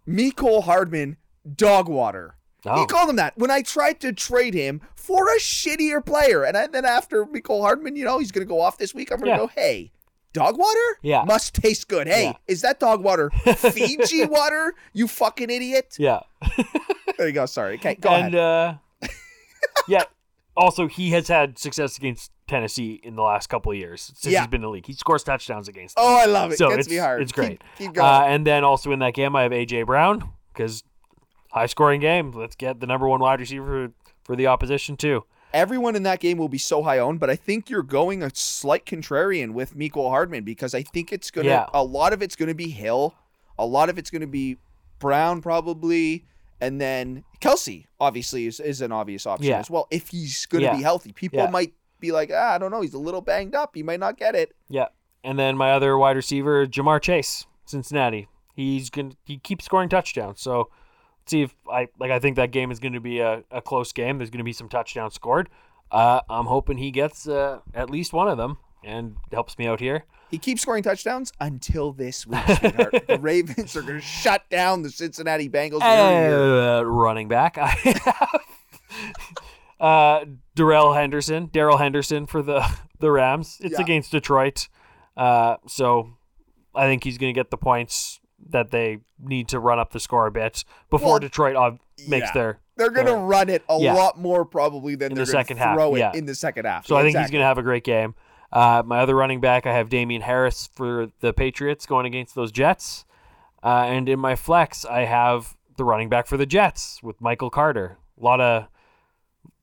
Nicole Hardman dog water. Oh. He called him that when I tried to trade him for a shittier player. And I, then after Nicole Hardman, you know, he's going to go off this week. I'm going to Yeah. go, hey, dog water? Yeah. Must taste good. Hey, Yeah. is that dog water Fiji water? You fucking idiot. yeah, There you go. Sorry. Okay, go ahead. and uh, yeah. Also, he has had success against Tennessee in the last couple of years since Yeah. he's been in the league. He scores touchdowns against. them. oh, I love it. so Gets it's me hard. it's great. Keep, keep going. Uh, and then also in that game, I have AJ Brown because high scoring game. Let's get the number one wide receiver for, for the opposition too. Everyone in that game will be so high owned, but I think you're going a slight contrarian with Miko Hardman because I think it's gonna Yeah. a lot of it's gonna be Hill, a lot of it's gonna be Brown probably, and then Kelsey obviously is, is an obvious option Yeah. as well. If he's gonna Yeah. be healthy, people Yeah. might be like, ah, I don't know, he's a little banged up, he might not get it. Yeah. And then my other wide receiver, Jamar Chase, Cincinnati. He's gonna he keeps scoring touchdowns. So let's see if I like I think that game is gonna be a, a close game. There's gonna be some touchdowns scored. Uh, I'm hoping he gets uh, at least one of them and helps me out here. He keeps scoring touchdowns until this week, sweetheart. the Ravens are gonna shut down the Cincinnati Bengals. You're- you're- Uh, running back, I have uh, Darrell Henderson, Daryl Henderson for the the Rams. It's Yeah. against Detroit, uh, so I think he's going to get the points that they need to run up the score a bit before Well, Detroit uh, makes yeah. their. They're gonna their- run it a Yeah. lot more probably than In they're the gonna second half, throw it yeah. in the second half. So I think he's Exactly. going to have a great game. Uh, my other running back, I have Damian Harris for the Patriots going against those Jets, uh, and in my flex, I have the running back for the Jets with Michael Carter. A lot of,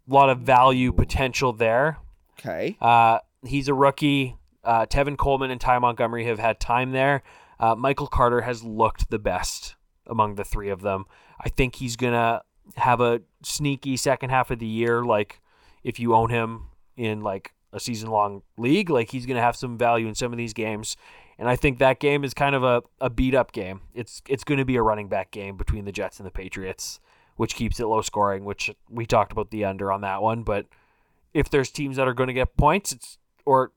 lot of value potential there. Okay. Uh, he's a rookie. Uh, Tevin Coleman and Ty Montgomery have had time there. Uh, Michael Carter has looked the best among the three of them. I think he's gonna have a sneaky second half of the year. Like if you own him in like a season long league, like he's gonna have some value in some of these games. And I think that game is kind of a, a beat up game. It's it's gonna be a running back game between the Jets and the Patriots, which keeps it low scoring, which we talked about the under on that one, but if there's teams that are going to get points, it's or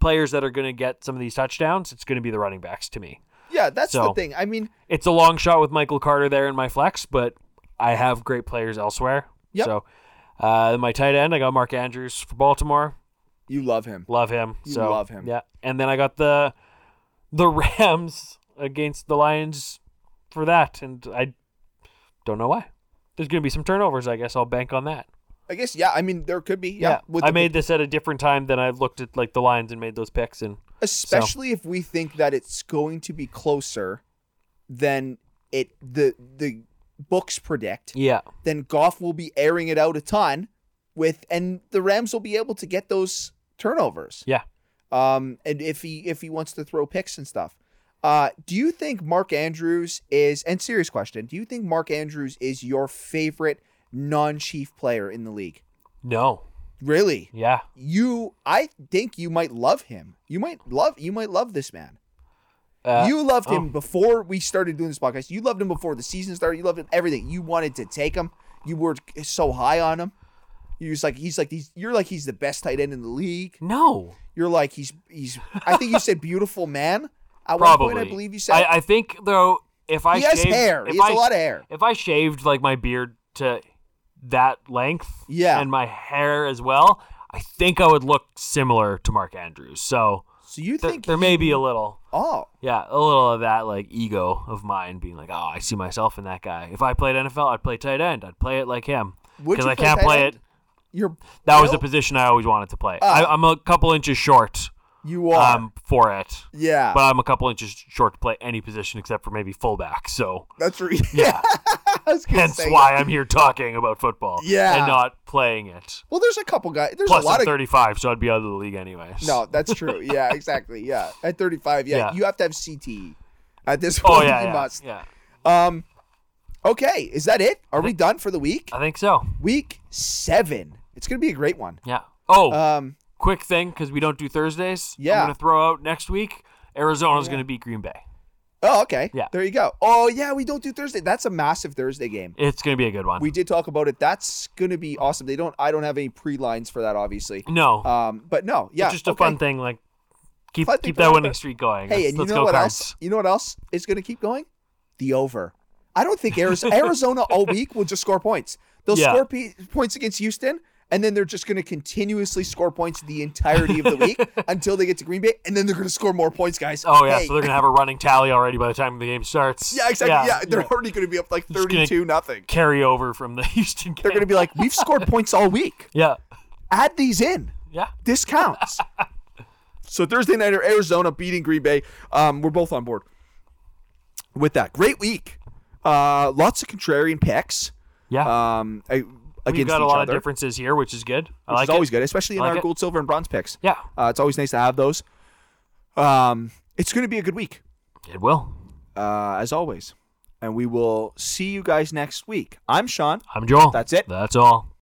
players that are going to get some of these touchdowns, it's going to be the running backs to me. Yeah, that's the So- thing. I mean, It's a long shot with Michael Carter there in my flex, but I have great players elsewhere. Yep. So uh, my tight end, I got Mark Andrews for Baltimore. you love him. Love him. You so love him. Yeah. And then I got the the Rams against the Lions for that, and I don't know why. There's going to be some turnovers, I guess. I'll bank on that. I guess. Yeah. I mean, there could be. Yeah. Yeah, with I the- made this at a different time than I looked at like the lines and made those picks, and especially if we think that it's going to be closer than it the the books predict. yeah, Then Goff will be airing it out a ton with, and the Rams will be able to get those turnovers. yeah, Um, and if he if he wants to throw picks and stuff. Uh, do you think Mark Andrews is? And serious question: Do you think Mark Andrews is your favorite non-chief player in the league? no, Really? yeah, you I think you might love him. You might love you might love this man. uh, you loved oh. him before we started doing this podcast. You loved him before the season started. You loved him everything. You wanted to take him. You were so high on him. You're just like he's like he's you're like he's the best tight end in the league. no, You're like he's he's I think you said beautiful man. At probably. one point I believe you said I, I think though, if I he has shaved, hair. if He has I- a lot of hair. If I shaved like my beard to that length, Yeah. and my hair as well, I think I would look similar to Mark Andrews. So So you th- think there may be a little. oh Yeah, a little of that like ego of mine being like, oh, I see myself in that guy. If I played NFL, I'd play tight end. I'd play it like him Would because you I play can't tight play end? Oh. it. you're That was the built- position I always wanted to play. I, I'm a couple inches short you are um, for it, yeah but I'm a couple inches short to play any position except for maybe fullback. So that's re- yeah I was gonna hence say why I'm here talking about football Yeah. and not playing it. well there's a couple guys there's Plus, a lot I'm of 35, so I'd be out of the league anyways. No, that's true. Yeah, exactly. Yeah, at 35, yeah, Yeah. you have to have CTE. At this point, Oh yeah, you yeah, must. yeah. Um, okay, is that it? Are we done for the week? I think so. Week seven. It's gonna be a great one. Yeah. Oh, Um, quick thing because we don't do Thursdays. Yeah. I'm gonna throw out next week. Arizona's gonna beat Green Bay. oh, okay. Yeah. There you go. Oh yeah, we don't do Thursday. That's a massive Thursday game. It's gonna be a good one. We did talk about it. That's gonna be awesome. They don't. I don't have any pre lines for that, obviously. no, Um, but no, Uh, yeah, it's just a okay. fun thing. Like Keep Let me keep go that over. winning streak going. Hey, let's and you let's know go what cards. else? You know what else is going to keep going? The over. I don't think Arizona, Arizona all week will just score points. They'll Yeah. score p- points against Houston, and then they're just going to continuously score points the entirety of the week until they get to Green Bay, and then they're going to score more points, guys. Oh yeah, Hey. so they're gonna have a running tally already by the time the game starts. yeah, exactly. Yeah, they're yeah. already going to be up like Just gonna- thirty-two nothing. carry over from the Houston game. They're going to be like, we've scored points all week. yeah, Add these in. yeah. discounts. so Thursday night, Arizona beating Green Bay. Um, we're both on board with that. Great week. Uh, lots of contrarian picks. Yeah, Um, I, against we've got a each lot other, of differences here, which is good. I which like is always it. good, especially in Like our it. gold, silver, and bronze picks. Yeah, Uh, it's always nice to have those. Um, it's going to be a good week, it will. uh, as always, and we will see you guys next week. I'm Sean. I'm Joel. That's it. That's all.